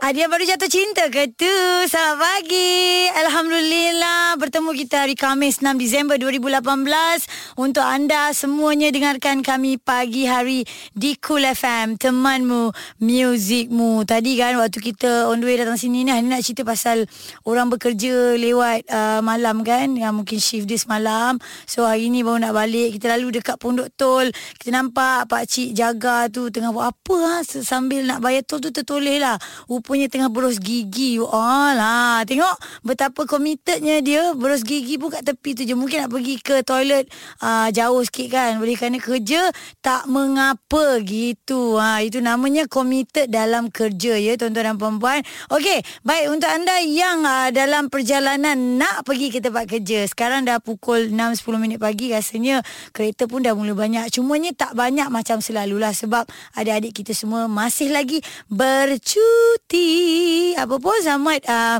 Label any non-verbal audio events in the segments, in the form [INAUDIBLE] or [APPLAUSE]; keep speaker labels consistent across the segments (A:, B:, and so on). A: Ada yang baru jatuh cinta ke tu? Selamat pagi. Alhamdulillah bertemu kita hari Khamis 6 Disember 2018. Untuk anda semuanya dengarkan kami pagi hari di Cool FM. Temanmu, muzikmu. Tadi kan waktu kita on the way datang sini ni, Hani nak cerita pasal orang bekerja lewat uh, malam kan. Yang mungkin shift dia semalam. So hari ni baru nak balik. Kita lalu dekat Pondok Tol. Kita nampak pakcik jaga tu tengah buat apa ha? sambil nak bayar tol tu tertoleh lah. Rupanya tengah berus gigi. You all lah. Tengok betapa committednya dia. Berus gigi pun kat tepi tu je. Mungkin nak pergi ke toilet uh, jauh sikit kan. Boleh kerana kerja tak mengapa gitu. Ha, itu namanya committed dalam kerja ya tuan-tuan dan perempuan. Okey. Baik untuk anda yang uh, dalam perjalanan nak pergi ke tempat kerja. Sekarang dah pukul 6.10 minit pagi. Rasanya kereta pun dah mula banyak. Cumanya tak banyak macam selalulah. Sebab adik-adik kita semua masih lagi bercuti. Apa pun Samad uh,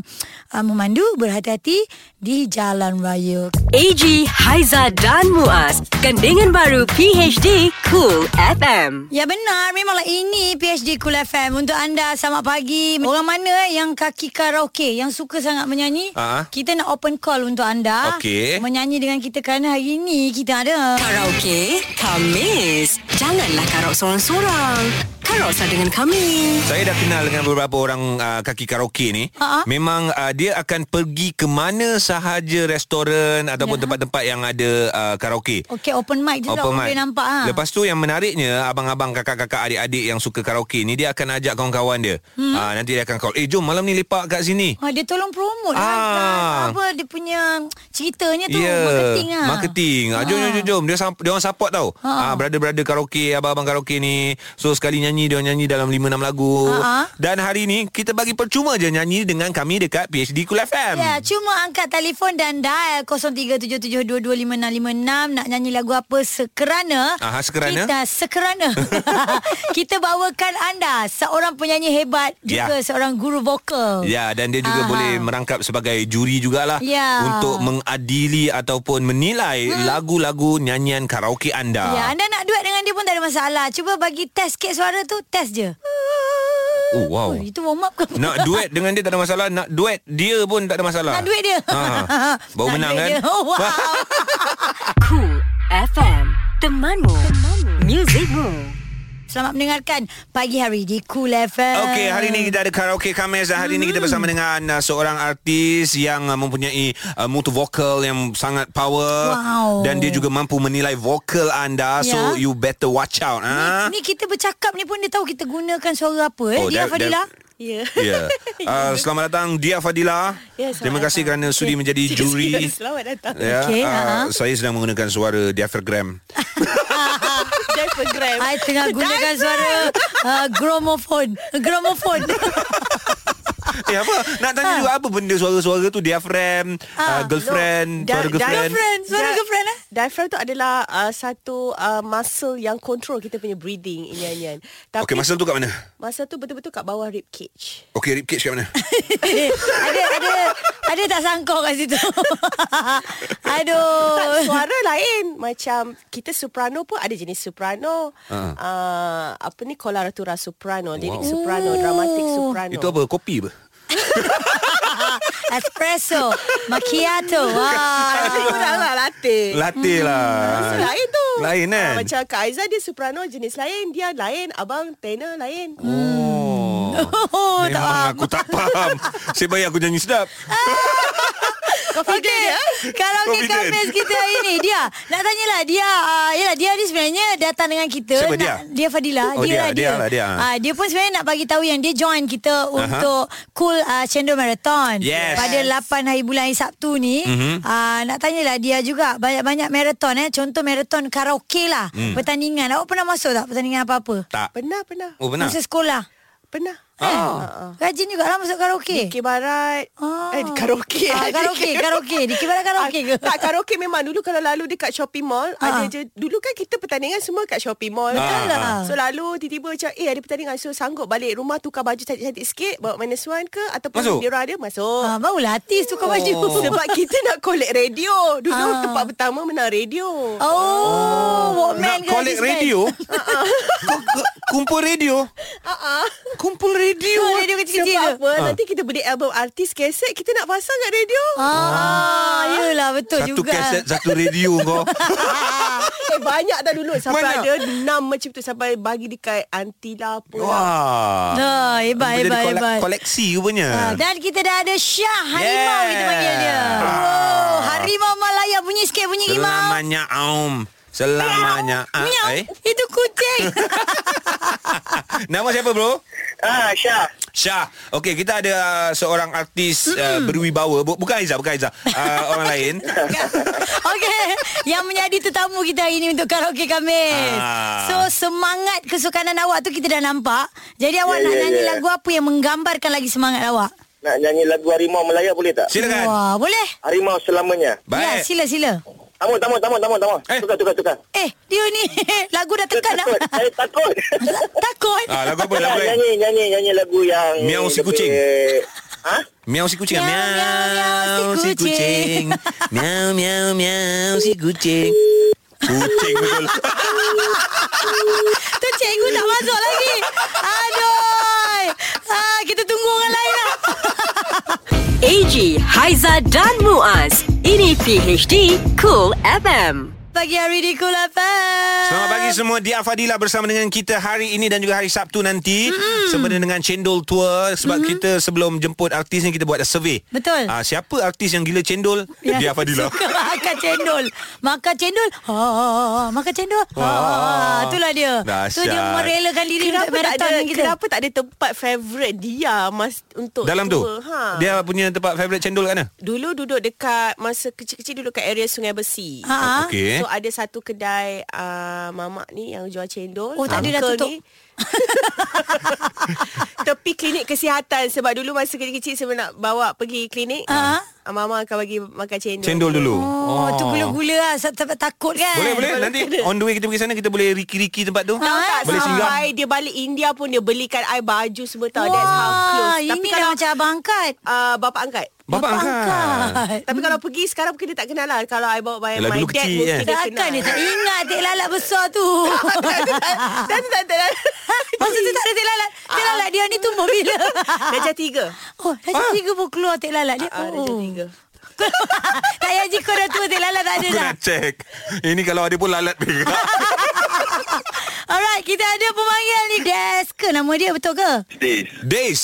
A: uh, memandu berhati-hati di jalan raya.
B: AG Haiza dan Muaz, gandingan baru PHD Cool FM.
A: Ya benar, memanglah ini PHD Cool FM Untuk anda selamat pagi Orang mana eh, yang kaki karaoke Yang suka sangat menyanyi
C: Ah.
A: Kita nak open call untuk anda
C: Okey.
A: Menyanyi dengan kita kerana hari ini kita ada
B: Karaoke, Kamis. Janganlah karaok seorang-seorang. Karaok sah dengan kami.
C: Saya dah kenal dengan beberapa orang uh, kaki karaoke ni.
A: Ha-ha.
C: Memang uh, dia akan pergi ke mana sahaja restoran ataupun tempat-tempat yang ada uh, karaoke.
A: Okey open mic je
C: Open
A: Ya. lah,
C: mic.
A: Boleh nampak ha?
C: Lepas tu yang menariknya abang-abang, kakak-kakak, adik-adik yang suka karaoke ni dia akan ajak kawan-kawan dia. Hmm. Uh, nanti dia akan call, "Eh, jom malam ni lepak kat sini."
A: Ha, dia tolong promote ah.
C: Ah.
A: lah. Apa dia punya ceritanya tu yeah. marketing lah.
C: Ya, Marketing. Ah, jom, jom, jom, jom. Dia, sam- dia orang support tau.
A: Ha.
C: Ah, brother-brother karaoke, abang-abang karaoke ni. So, sekali nyanyi, dia orang nyanyi dalam 5-6 lagu.
A: Ha, ha.
C: Dan hari ni, kita bagi percuma je nyanyi dengan kami dekat PhD Kul FM.
A: Ya, cuma angkat telefon dan dial 0377225656 nak nyanyi lagu apa sekerana
C: Aha, sekerana?
A: kita
C: [LAUGHS]
A: sekerana [LAUGHS] kita bawakan anda seorang penyanyi hebat juga
C: Ya.
A: seorang guru vokal.
C: Ya, dan dia juga
A: Aha.
C: boleh merangkap sebagai juri jugalah
A: Ah, Ya. Hmm.
C: untuk mengadili ataupun menilai lagu-lagu nyanyian karaoke anda.
A: Ya, anda nak duet dengan dia pun tak ada masalah. Cuba bagi test sikit suara tu, test je.
C: Oh, wow.
A: Oh, itu warm up ke? apa?
C: [LAUGHS] Nak
A: [LAUGHS]
C: duet dengan dia tak ada masalah Nak duet dia pun tak ada masalah
A: Nak duit dia. [LAUGHS]
C: ha. Baru
A: Nak
C: menang
A: duit
C: kan
A: dia. Oh,
C: [LAUGHS]
A: wow.
B: Cool FM, temanmu, temanmu. muzikmu.
A: Selamat mendengarkan pagi hari di Cool FM.
C: Okey, hari ni kita ada karaoke Khamis dan hari ni kita
A: Hmm.
C: bersama dengan uh, seorang artis yang uh, mempunyai uh, mutu vokal yang sangat power
A: Wow.
C: dan dia juga mampu menilai vokal anda so
A: Ya.
C: you better watch out ha.
A: Ni kita bercakap ni pun dia tahu kita gunakan suara apa eh.
C: Oh,
A: dia
C: dah-
A: Fadila.
C: dah- [LAUGHS]
D: Ya.
C: Ya. Yeah. Uh, selamat datang Dia Fadila.
D: Ya, selamat
C: Terima kasih
D: datang.
C: kerana
A: [LAUGHS]
C: sudi menjadi juri.
D: Selamat datang.
C: Ya.
A: Okey,
C: uh,
A: ha.
C: saya sedang menggunakan suara
A: [LAUGHS]
C: diaphragm.
D: Diapergram.
A: I tengah gunakan suara uh, gramophone.
C: [LAUGHS]
A: Gramophone.
C: eh apa? Nak tanya juga apa benda suara-suara tu diaphragm, uh,
A: Ah,
C: girlfriend,
D: Di-
C: suara
D: di-
C: girlfriend.
A: Girlfriend. Suara
D: Dia-
A: girlfriend, eh?
D: [LAUGHS] Diaphragm tu adalah uh, satu uh, muscle yang control kita punya breathing ini nyanyian. Tapi
C: Okey, masa tu kat mana?
D: masa tu betul-betul kat bawah rib cage.
C: Okey, rib cage kat mana?
A: ada ada ada tak sangkau kat situ. [LAUGHS] Aduh.
D: Tak, suara lain macam kita soprano pun ada jenis soprano.
C: Ah.
D: Uh, apa ni coloratura soprano, lyric
C: Wow.
D: soprano, dramatic soprano.
C: Itu apa? Kopi apa?
A: Espresso, macchiato.
D: [LAUGHS]
A: Wah.
D: Tapi kurang lah latih.
C: Latih
A: Hmm.
C: lah
D: Masa lain tu
C: Lain kan
D: Ah, Macam Kak Aizah dia soprano jenis lain Dia lain Abang tenor lain
C: Oh
A: Oh, tak
C: Memang
A: faham.
C: aku tak faham Saya bayar aku nyanyi sedap
A: Okey, karaoke
C: Confident.
A: Khamis kita hari ni dia. Nak tanyalah dia uh, yalah dia ni sebenarnya datang dengan kita.
C: Siapa
A: nak,
C: dia?
A: Dia Fadila.
C: Oh,
A: dia,
C: dia,
A: lah dia.
C: dia lah dia.
A: Ah, dia pun sebenarnya nak bagi tahu yang dia join kita untuk Cool uh, Cendol Marathon
C: Yes. Mhm.
A: pada 8 hari bulan hari Sabtu ni. Mm-hmm. Uh, nak tanyalah dia juga banyak-banyak marathon eh. Contoh marathon karaoke lah. Pertandingan. Awak pernah masuk tak pertandingan apa-apa?
C: Hmm. Tak
D: Pernah pernah
C: Oh benar
A: Masa sekolah.
D: Pernah Eh.
C: Ah.
A: Rajin juga lah masuk karaoke.
D: Dikir Eh. Barat
A: Ah.
D: eh, Karaoke [LAUGHS]
A: Ah,
D: Ah,
A: karaoke, karaoke. Dikir Barat karaoke ke?
D: Tak karaoke memang Dulu kalau lalu dekat shopping mall
A: Ah.
D: Ada je Dulu kan kita pertandingan Semua kat shopping mall
C: Betul
D: kan?
A: lah.
D: So lalu tiba-tiba macam Eh ada pertandingan So sanggup balik rumah Tukar baju cantik-cantik sikit Bawa minus one ke Ataupun
C: Masuk?
D: diorang ada Masuk
A: Ah, barulah artis tukar baju.
C: Oh.
A: Sebab
D: Sebab kita nak collect radio Dulu
A: Ah.
D: tempat pertama menang radio
A: Oh, oh. Walkman
C: Nak collect
A: Discman? [LAUGHS]
C: radio
A: Uh-uh.
C: Kau ke- Kumpul radio
D: Ah, ah.
C: Kumpul radio Ah.
A: Kumpul radio kecil-kecil
D: Sebab
A: tu.
D: apa Nanti kita beli album artis Kaset kita nak pasang kat radio
A: Ah, yelah betul
C: Satu
A: juga.
C: kaset Satu radio
A: [LAUGHS]
C: kau
D: [LAUGHS] Eh banyak dah dulu Sampai
C: Banyak.
D: ada enam macam tu Sampai bagi dekat Aunty lah apa lah.
C: Wah
A: Dah, Ah, hebat,
C: Benda
A: hebat,
C: dia
A: hebat.
C: Koleksi rupanya
A: Ah, dan kita dah ada Syah Harimau
C: Hmm. Yeah.
A: kita panggil dia.
C: Ah.
A: Wow, Harimau Malaya bunyi sikit bunyi imam.
C: Selamanya Aum Selamanya ah,
A: Miau.
C: eh?
A: Itu kucing. [LAUGHS]
C: Nama siapa bro?
E: Ah, Syah.
C: Syah Okey kita ada uh, seorang artis uh, berwibawa Bu- Bukan Aizah Bukan Aizah uh, Orang
A: [LAUGHS]
C: lain
A: Ya. Okey, yang menjadi tetamu kita hari ini untuk karaoke Kamis.
C: Ah.
A: So semangat kesukanan awak tu kita dah nampak. Jadi awak
E: Ya,
A: nak
E: ya,
A: nyanyi
E: ya.
A: lagu apa yang menggambarkan lagi semangat awak?
E: Nak nyanyi lagu Harimau Melaya boleh tak?
C: Silakan
A: Wah, boleh?
E: Harimau selamanya.
A: Ya,
C: Baik
A: sila sila.
E: Tamu, tamu, tamu, tamu, tamu.
C: Eh.
E: Tukar, tukar, tukar.
A: Eh, dia ni [LAUGHS] lagu dah
E: Saya
A: tekan dah.
E: takut.
C: [LAUGHS]
E: Saya
A: [LAUGHS]
E: takut.
A: Takut.
C: ah, Lagu apa
E: Nak
C: lagu
E: [LAUGHS]
C: lain
E: nyanyi, nyanyi, nyanyi lagu yang...
C: Miau si
E: lebih-
C: kucing.
E: Ha?
C: Miau si kucing
A: Miau, miau, miau si kucing.
C: Miau miau miau si kucing Kucing betul
A: Tu cikgu tak masuk lagi. Aduh. Ah, kita tunggu orang lain lah.
B: AG, Haiza dan Muaz. Ini PHD Cool FM.
A: Pagi hari di Kul FM.
C: Selamat pagi semua Dia Fadila bersama dengan kita hari ini Dan juga hari Sabtu nanti mm. Sebenarnya dengan Cendol Tour Sebab mm-hmm. kita sebelum jemput artis ni Kita buat survey
A: Betul.
C: Ah, Siapa artis yang gila cendol? Ya. Dia Fadila
A: Suka makan cendol. Makan cendol. Ha, makan cendol. Ha, itulah dia. Tu
C: Dahsyat.
A: dia merelakan diri
D: Kenapa
A: untuk
D: tak
A: maraton
D: ada
A: dengan kita.
D: Kenapa tak ada tempat favourite dia mas, Untuk
C: Dalam tu
D: tour? ha.
C: Dia punya tempat favourite cendol kat mana?
D: Dulu duduk dekat Masa kecil-kecil duduk kat area Sungai Besi
A: Ha.
C: Okey
D: So ada satu kedai uh, Mamak ni yang jual cendol
A: Oh, tak ada dah
D: Uncle
A: tutup.
D: ni. [LAUGHS] Tepi klinik kesihatan Sebab dulu masa kecil-kecil Saya nak bawa pergi klinik
A: Ha?
D: ah, Mama akan bagi makan cendol
C: Cendol dulu
A: Oh, tu gula-gula lah. Sa- tak- Takut kan?
C: Boleh boleh Nanti on the way kita pergi sana Kita boleh riki-riki tempat tu
D: Tahu
A: Ah,
D: tak
C: Boleh singgah
D: sampai dia balik India pun dia belikan I baju semua tau
A: Wah,
D: That's how close
A: ini
D: Tapi
A: dah
D: kalau
A: macam abang angkat.
D: uh, bapa angkat
C: Bapa angkat
D: Tapi kalau pergi sekarang mungkin dia tak kenal lah Kalau I bawa by
C: Yalah,
D: my
C: dulu
D: dad
C: kecil,
D: mungkin
C: kan?
D: dia
A: Takkan
D: kenal
A: dia tak ingat Tek lalat besar
D: [LAUGHS]
A: tu
D: Dah tu [LAUGHS] tak
A: [LAUGHS]
D: tak
A: Masa tu tak ada tek lalat Tek lalat dia ni tumbuh bila
D: Darjah tiga
A: Oh dah
C: Ah.
A: jam tiga pun keluar tek lalat dia
D: Ah, Darjah
A: oh.
D: tiga
A: [LAUGHS] Tak payah jika dah tua tek lalat tak ada
C: Aku
A: dah
C: nak check Ini kalau ada pun lalat [LAUGHS] pegang
A: [LAUGHS] Alright kita ada pemanggil ni Des ke nama dia betul ke
E: This.
C: Days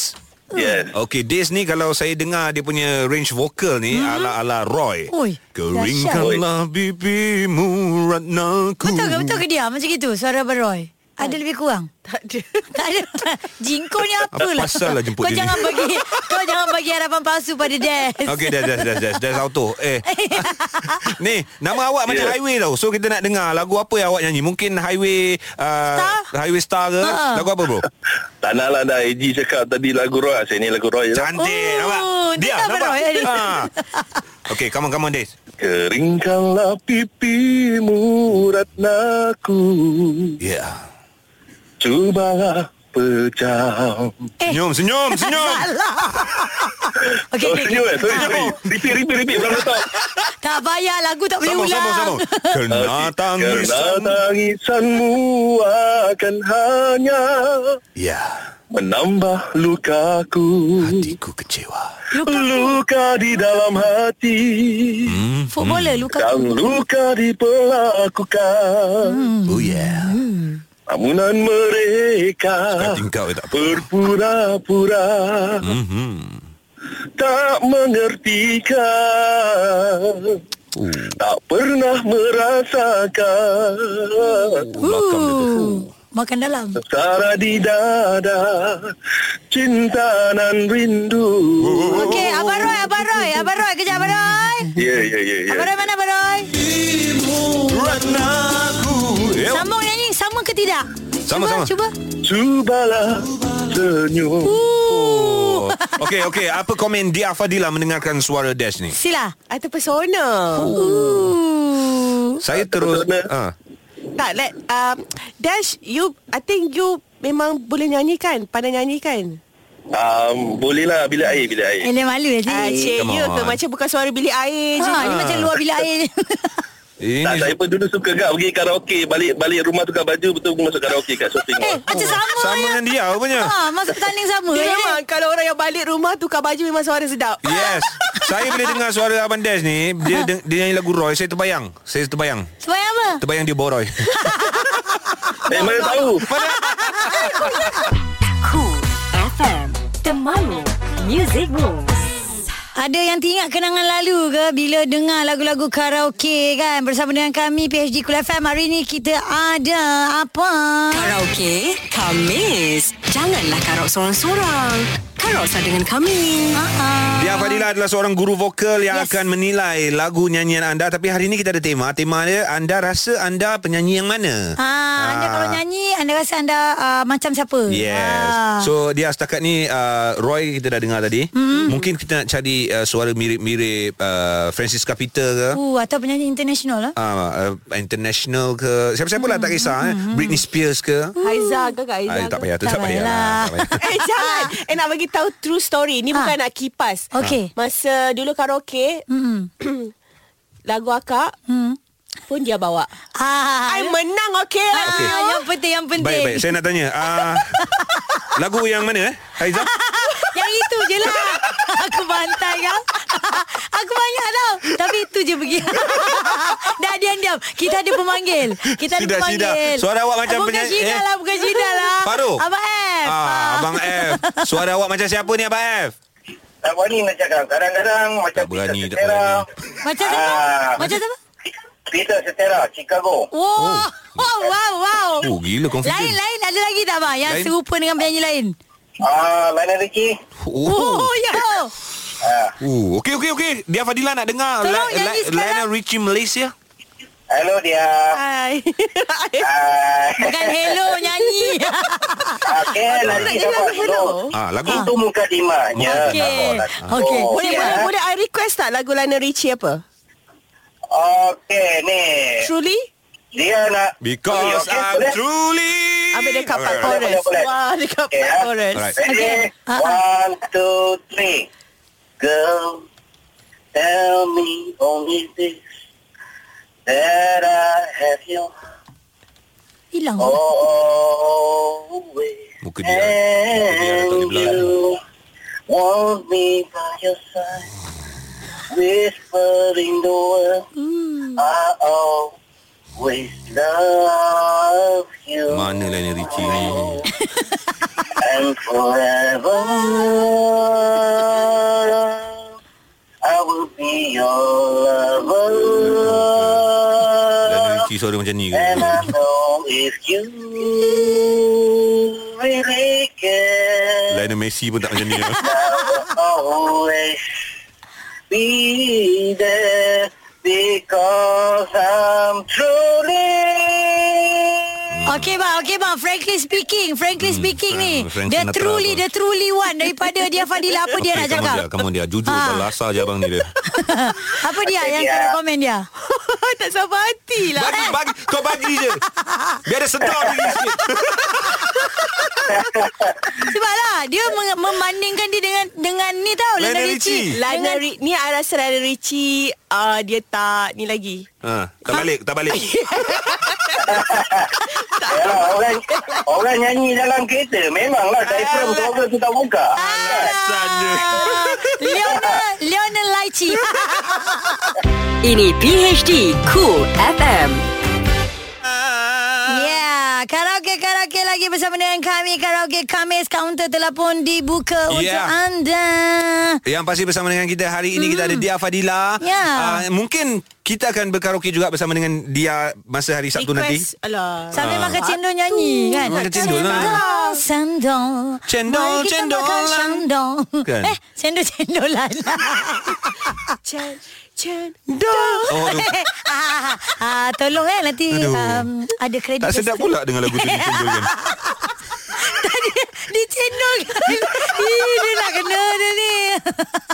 E: Yes.
C: Okay Days ni kalau saya dengar Dia punya range vokal ni Ala-ala Roy
A: Ui,
C: Keringkanlah bibimu Ratnaku
A: Betul ke betul ke dia macam gitu suara Beroy ada lebih kurang?
D: Tak ada
A: [LAUGHS] Tak ada. Jingko ni
C: Hmm. Apa
A: apalah.
C: pasal lah jemput
A: kau
C: dia ni?
A: jangan bagi kau jangan bagi harapan palsu pada Des.
C: Okay dah dah dah dah dah auto eh ni nama awak macam
E: Yeah.
C: highway tau so kita nak dengar lagu apa yang awak nyanyi mungkin highway uh,
A: Star?
C: highway star ke
A: Ha.
C: lagu apa bro
E: Tak nak lah dah. Eji cakap tadi lagu Roy. Saya ni lagu Roy lah.
C: cantik
A: Oh,
C: nampak
A: dia
C: dia
A: tak
C: nampak
A: beroy ni.
C: ha okey come on come on Des
E: Keringkanlah pipimu ratnaku.
C: yeah
E: Cubalah pejam.
A: Eh.
C: senyum senyum senyum
A: Okey Ah.
E: Oh,
A: okey.
E: senyum eh? Sorry, sorry. Repeat, repeat, repeat. Belum tahu.
A: Tak payah lagu tak boleh
C: sambung
A: ulang.
C: sambung sambung kena tangisan
E: Kerana tangisanmu akan hanya
C: ya
E: menambah lukaku.
C: hatiku kecewa
E: Luka di dalam hati
C: Hmm,
A: Footballer Luka
E: dan luka di
A: Hmm.
E: pelakukan.
C: oh yeah
E: Namunan mereka
C: Kating kau tak apa
E: berpura-pura
C: Mhm.
E: tak mengertikan.
C: Oh,
E: Tak pernah merasakan
C: Oh, belakang dia tu.
A: Uh, makan dalam.
C: Oh,
E: Sara di dada Cinta dan rindu
C: oh,
A: Okey, Abang Roy, Abang Roy, Abang Roy, kejap Abang Roy.
E: Ya, ya, ya, ya
A: Abang Roy mana Abang Roy?
C: Ratnaku. Eh, Ya,
A: Sambung nyanyi, sama ke tidak?
C: Sama-sama.
A: Cuba, cuba.
E: Cubalah senyum.
C: Oh. Okey, okey. Apa komen Dia Fadila mendengarkan suara Dash ni?
A: Sila. Oh.
D: I terpesona.
A: Ooh.
C: Saya terus
E: Betul, betul.
C: ha.
D: Tak, let, um, Dash, you, I think you memang boleh nyanyi kan? Pandai nyanyi kan?
E: Um, bolehlah bila air bila air.
A: Eleh malu lah
D: Ah,
A: cik.
D: cik,
C: come
D: you
C: on.
D: ke macam bukan suara bilik air je.
A: Ha, ni macam luar bilik
C: [LAUGHS]
A: air.
C: Ini
E: Tak, saya pun dulu suka gak pergi karaoke Balik balik rumah tukar baju Betul pun masuk karaoke kat shopping
A: eh,
E: mall
A: macam sama.
C: sama dengan dia punya.
A: Ha, masa pertanding sama.
D: Dia
A: eh.
D: memang kalau orang yang balik rumah tukar baju memang suara sedap.
C: Yes. Saya bila dengar suara Abang Dash ni, dia deng- dia nyanyi lagu Roy, saya terbayang. Saya terbayang.
A: Sebab apa?
C: Terbayang dia bawa Roy.
E: Eh mana tahu
B: Cool FM. Temanmu. Music Rules.
A: Ada yang teringat kenangan lalu ke bila dengar lagu-lagu karaoke kan bersama dengan kami PHD Kul FM hari ni kita ada apa?
B: Karaoke Kamis. Janganlah karaoke seorang-seorang. Karaoke dengan kami.
C: Dia Fadila adalah seorang guru vokal yang yes.
A: Yes.
C: akan menilai lagu nyanyian anda tapi hari ni kita ada tema. Tema dia anda rasa anda penyanyi yang mana?
A: Ha, anda kalau nyanyi anda rasa anda uh, macam siapa?
C: Ah. Yes.
A: Ah.
C: So dia setakat ni uh, Roy kita dah dengar tadi.
A: Hmm.
C: Mm. Mungkin kita nak cari uh, suara mirip-mirip uh, Francis Capita ke?
A: Uh, atau penyanyi international lah.
C: Uh, uh, international ke Siapa-siapa lah tak
A: Hmm.
C: kisah eh. Britney Spears ke
D: Haiza ke Kak Haiza?
C: Ay,
D: ke?
C: Tak payah tu
A: Oh, Tak
C: Tak payah lah
A: payahlah.
C: tak
A: [LAUGHS]
C: payah.
D: Eh jangan
A: ah.
D: Eh nak bagi tahu true story
A: Ha.
D: Ni ha. bukan nak kipas
A: Okey.
D: Masa dulu karaoke
A: Hmm.
D: [CLEARS THROAT] Lagu akak
A: Hmm.
D: Pun dia bawa
A: Ah.
D: I menang okey lah
C: Okey.
A: Ah, yang penting yang penting.
C: Baik baik Saya nak tanya uh,
A: [LAUGHS]
C: Lagu yang mana eh Haizah
A: Yang itu je lah [LAUGHS] Aku bantai kau [LAUGHS] Aku banyak tau Tapi itu je pergi [LAUGHS] Dah diam-diam Kita ada pemanggil Kita ada
C: Sidak,
A: pemanggil
C: sidak. Suara awak macam
A: Bukan
C: penyanyi-
A: Syida
C: eh.
A: lah Bukan Syida lah
C: [LAUGHS] Farouk
A: Abang F
C: ah, Abang F Suara awak macam siapa ni Abang F
E: Tak berani nak cakap Kadang-kadang macam
C: Tak berani, Peter tak Cetera. berani.
A: Macam apa?
E: Ah.
A: Macam apa?
E: Peter Setera Chicago
A: Wow [LAUGHS] Wow wow wow
C: Oh gila confident
A: Lain-lain ada lagi tak bang Yang
C: Lain.
A: serupa dengan penyanyi lain
E: Ah, Lionel Richie
C: Oh,
A: Oh ya
C: oh. Okey okey okey Dia Fadila nak dengar
A: Tolong
C: La-
A: nyanyi
C: La-
A: sekarang.
C: Lionel Richie Malaysia
E: Hello dia
D: Hai
A: Bukan hello nyanyi
C: [LAUGHS]
E: Okay
D: Nak jadi lagu hello
C: Ah, lagu
E: Itu muka dimanya
A: Okey Okey
D: Boleh
A: Siap,
D: boleh
A: eh?
D: boleh I request tak Lagu Lionel Richie apa
E: Okey ni
D: Truly
E: Dia nak
C: Because
E: Okey, okey,
C: I'm
E: boleh?
C: truly
D: Ambil dekat part
C: Alright, alright.
E: boleh,
D: chorus
E: boleh.
D: Wah dekat
E: Okey,
D: part
E: ah.
D: chorus
C: Alright.
A: Okay.
E: Ready?
A: Ha, ha.
E: One, two, three. Girl, tell me only this, that I have you
A: Hilang
E: always.
C: Muka dia- eh. muka dia dah tak boleh
E: And
C: belah.
E: you want me by your side, whispering the word, I always love you.
C: Mana Lionel Richie ni
E: [LAUGHS] And forever I will be your
C: Lionel
E: lover
C: Richie suara macam ni ke
E: And I know if you really care
C: Lionel Messi pun tak macam ni
E: Always be there Because I'm truly
A: Okey bang, okey bang. Frankly speaking, frankly speaking
C: Hmm, Frank-
A: ni.
C: Frank
A: The
C: Sinatra
A: truly,
C: tu.
A: the truly one daripada dia Fadila. Apa dia nak
C: come on
A: cakap?
C: dia, Come on dia Jujur
A: Ah.
C: ha. Belasah je abang ni dia
A: Apa dia yang
E: dia.
A: kena komen dia?
D: [LAUGHS] Tak sabar hati lah
A: eh.
C: Bagi, bagi Kau bagi je Biar dia sedar diri sikit
A: Sebablah dia meng- membandingkan dia dengan dengan ni tau.
C: Lionel
A: Lionel
C: Richie.
A: Richie.
D: Lionel Richie Ni I rasa Lionel Richie ah, Dia tak Ni lagi
C: ha, Tak balik Tak balik
E: Yalah, orang orang nyanyi dalam kereta memanglah diaphragm suara tu tak buka.
C: Sana
A: Ah, Lionel,
C: [LAUGHS]
A: Lionel Lychee.
B: Ini PHD Cool FM.
A: Yeah, karaoke-karaoke lagi bersama dengan kami. Karaoke Kamis counter telah pun dibuka untuk
C: Yeah.
A: anda.
C: Yang pasti bersama dengan kita hari ini mm. kita ada Dia Fadila.
A: Ya.
C: Uh, mungkin kita akan berkaraoke juga bersama dengan dia masa hari Sabtu nanti.
D: Request Alah
A: Sambil makan cendol nyanyi kan?
C: Makan cendol lah.
A: Sendol, sendol.
C: Cendol, lah.
A: Mari kita
C: cendolan.
A: makan Cendol. lah.
C: Kan?
A: Eh, cendol, cendolan.
D: Cen Cendol.
C: Oh, aduh.
A: ah, [LAUGHS] ah, tolong eh nanti
C: Aduh.
A: um, ada kredit.
C: tak sedap pula dengan lagu tu Cendol kan.
A: Tadi di cendol.
C: [LAUGHS]
A: Ih, dia nak kena dia ni. [LAUGHS]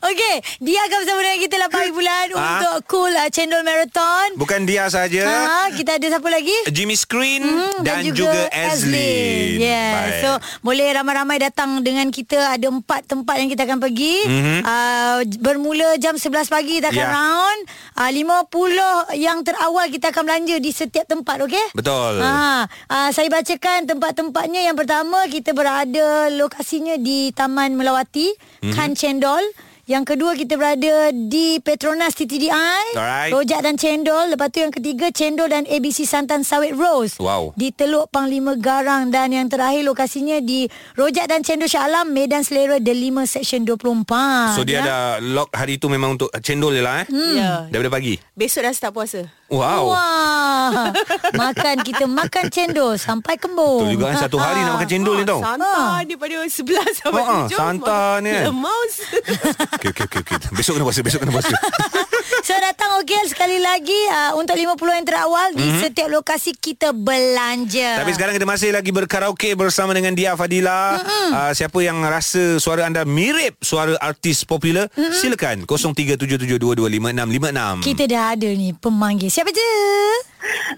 A: Okey, dia akan bersama dengan kita 8 hari bulan
C: Ah.
A: untuk cool uh, cendol marathon.
C: Bukan dia saja.
A: Ha, kita ada siapa lagi?
C: Jimmy Screen
A: Hmm,
C: dan, juga, Azlin.
A: Yeah.
C: Baik.
A: So boleh ramai-ramai datang dengan kita ada empat tempat yang kita akan pergi.
C: Mhm.
A: Uh, bermula jam 11 pagi kita akan
C: Ya.
A: yeah. round. Uh, 50 yang terawal kita akan belanja di setiap tempat, okey?
C: Betul.
A: Ha, uh, saya bacakan tempat-tempatnya. Yang pertama kita berada lokasinya di Taman Melawati,
C: Mhm.
A: mm-hmm. Khan Cendol. Yang kedua kita berada di Petronas TTDI,
C: Alright.
A: Rojak dan Cendol. Lepas tu yang ketiga Cendol dan ABC Santan Sawit Rose.
C: Wow.
A: Di Teluk Panglima Garang dan yang terakhir lokasinya di Rojak dan Cendol Shah Alam Medan Selera Delima Section 24.
C: So dia
A: Ya.
C: ada lock hari tu memang untuk cendol je lah eh.
D: Hmm. Ya.
C: Daripada pagi.
D: Besok dah start puasa.
C: Wow.
A: Wah. makan kita makan cendol sampai kembung.
C: Betul juga kan satu hari
D: Ha,
C: nak makan cendol ni tau.
D: Santan Ah, daripada 11 [LAUGHS] sampai
C: Ha,
D: 7.
C: santan ni kan.
D: [LAUGHS] Lemas.
C: Okey okey okey okey. Besok kena puasa, besok kena puasa.
A: [LAUGHS] So datang OKL sekali lagi uh, Untuk 50 yang terawal Di setiap lokasi kita belanja
C: Mhm. Tapi sekarang kita masih lagi berkaraoke bersama dengan Dia Fadila. Uh, siapa yang rasa suara anda mirip suara artis popular, mm-hmm. silakan 0377225656.
A: Kita dah ada ni Pemanggil Siapa je?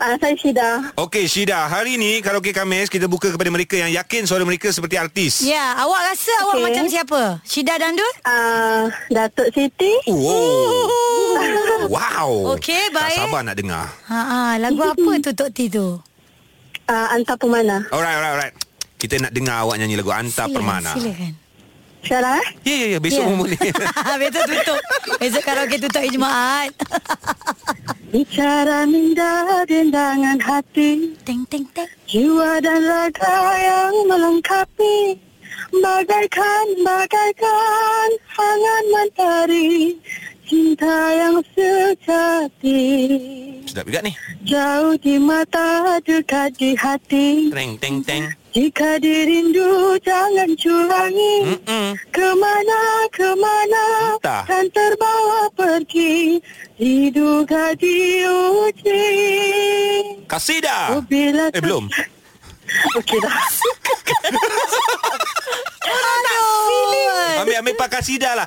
F: Uh, saya Syida.
C: Okey Syida, hari ni karaoke Kamis kita buka kepada mereka yang yakin suara mereka seperti artis.
A: Ya yeah, Awak rasa okay. awak
F: Okey.
A: macam siapa? Syida Dandut?
F: Uh, Datuk Siti.
C: Oh.
A: [LAUGHS]
C: Wow.
A: Okey,
C: Tak
A: baik.
C: sabar nak dengar.
A: Ha, ha, lagu apa tu Tok T tu?
F: Uh, Anta Pemana.
C: Alright, alright, alright. Kita nak dengar awak nyanyi lagu Anta
A: Silakan,
C: Permana.
A: Silakan [LAUGHS]
F: Syara. eh?
C: Ya, ya, ya. Besok
A: Ya.
C: pun boleh.
A: [LAUGHS] Besok tutup Besok karaoke tutup Ijmaat [LAUGHS]
F: Bicara minda dendangan hati.
A: Teng teng teng
F: Jiwa dan raga yang melengkapi. Bagaikan, bagaikan hangat mentari. Cinta yang sejati.
C: Sedap juga ni.
F: Jauh di mata, dekat di hati.
C: Teng, teng, teng.
F: Jika dirindu, jangan curangi.
C: Mm-mm.
F: Kemana, kemana
C: Entah.
F: Dan terbawa pergi Diduga diuji Oh,
C: Kasida.
F: bila
C: eh, belum.
F: [LAUGHS] Okey dah
C: Ambil, ambil pakai kasida lah.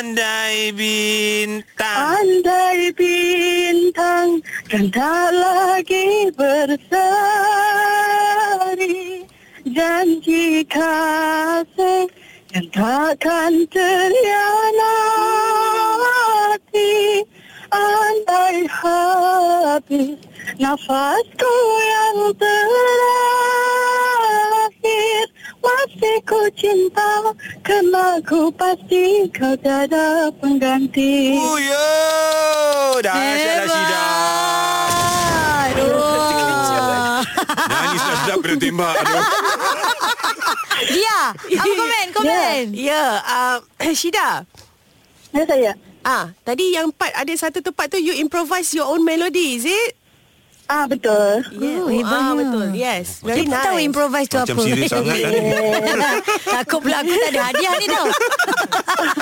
C: Andai bintang.
F: Andai bintang Dan tak lagi berseri Janji kasih Yang takkan terhianati Andai habis Nafasku yang terakhir Masih ku cinta Kerana ku pasti Kau tiada pengganti
C: Oh, yo. Dah asyik dah Syida.
A: Hebat. Wah.
C: Nyanyi sedap-sedap kena tembak.
A: [LAUGHS]
C: Aduh.
A: Dia Apa komen? Komen
D: [LAUGHS] Ya, [COUGHS] uh, Syida.
F: Ya saya
D: Ah, tadi yang part ada satu tempat tu you improvise your own melody, is it?
F: Ah betul
A: Oh,
D: ah,
A: hebatnya.
D: betul. Yes.
A: Dia
D: Very
A: pun
F: Ya.
D: nice.
A: tahu improvise tu
C: Macam
A: apa [LAUGHS]
C: serius sangat kan?
A: Takut pula Eh, aku tak ada hadiah ni tau
D: Ah,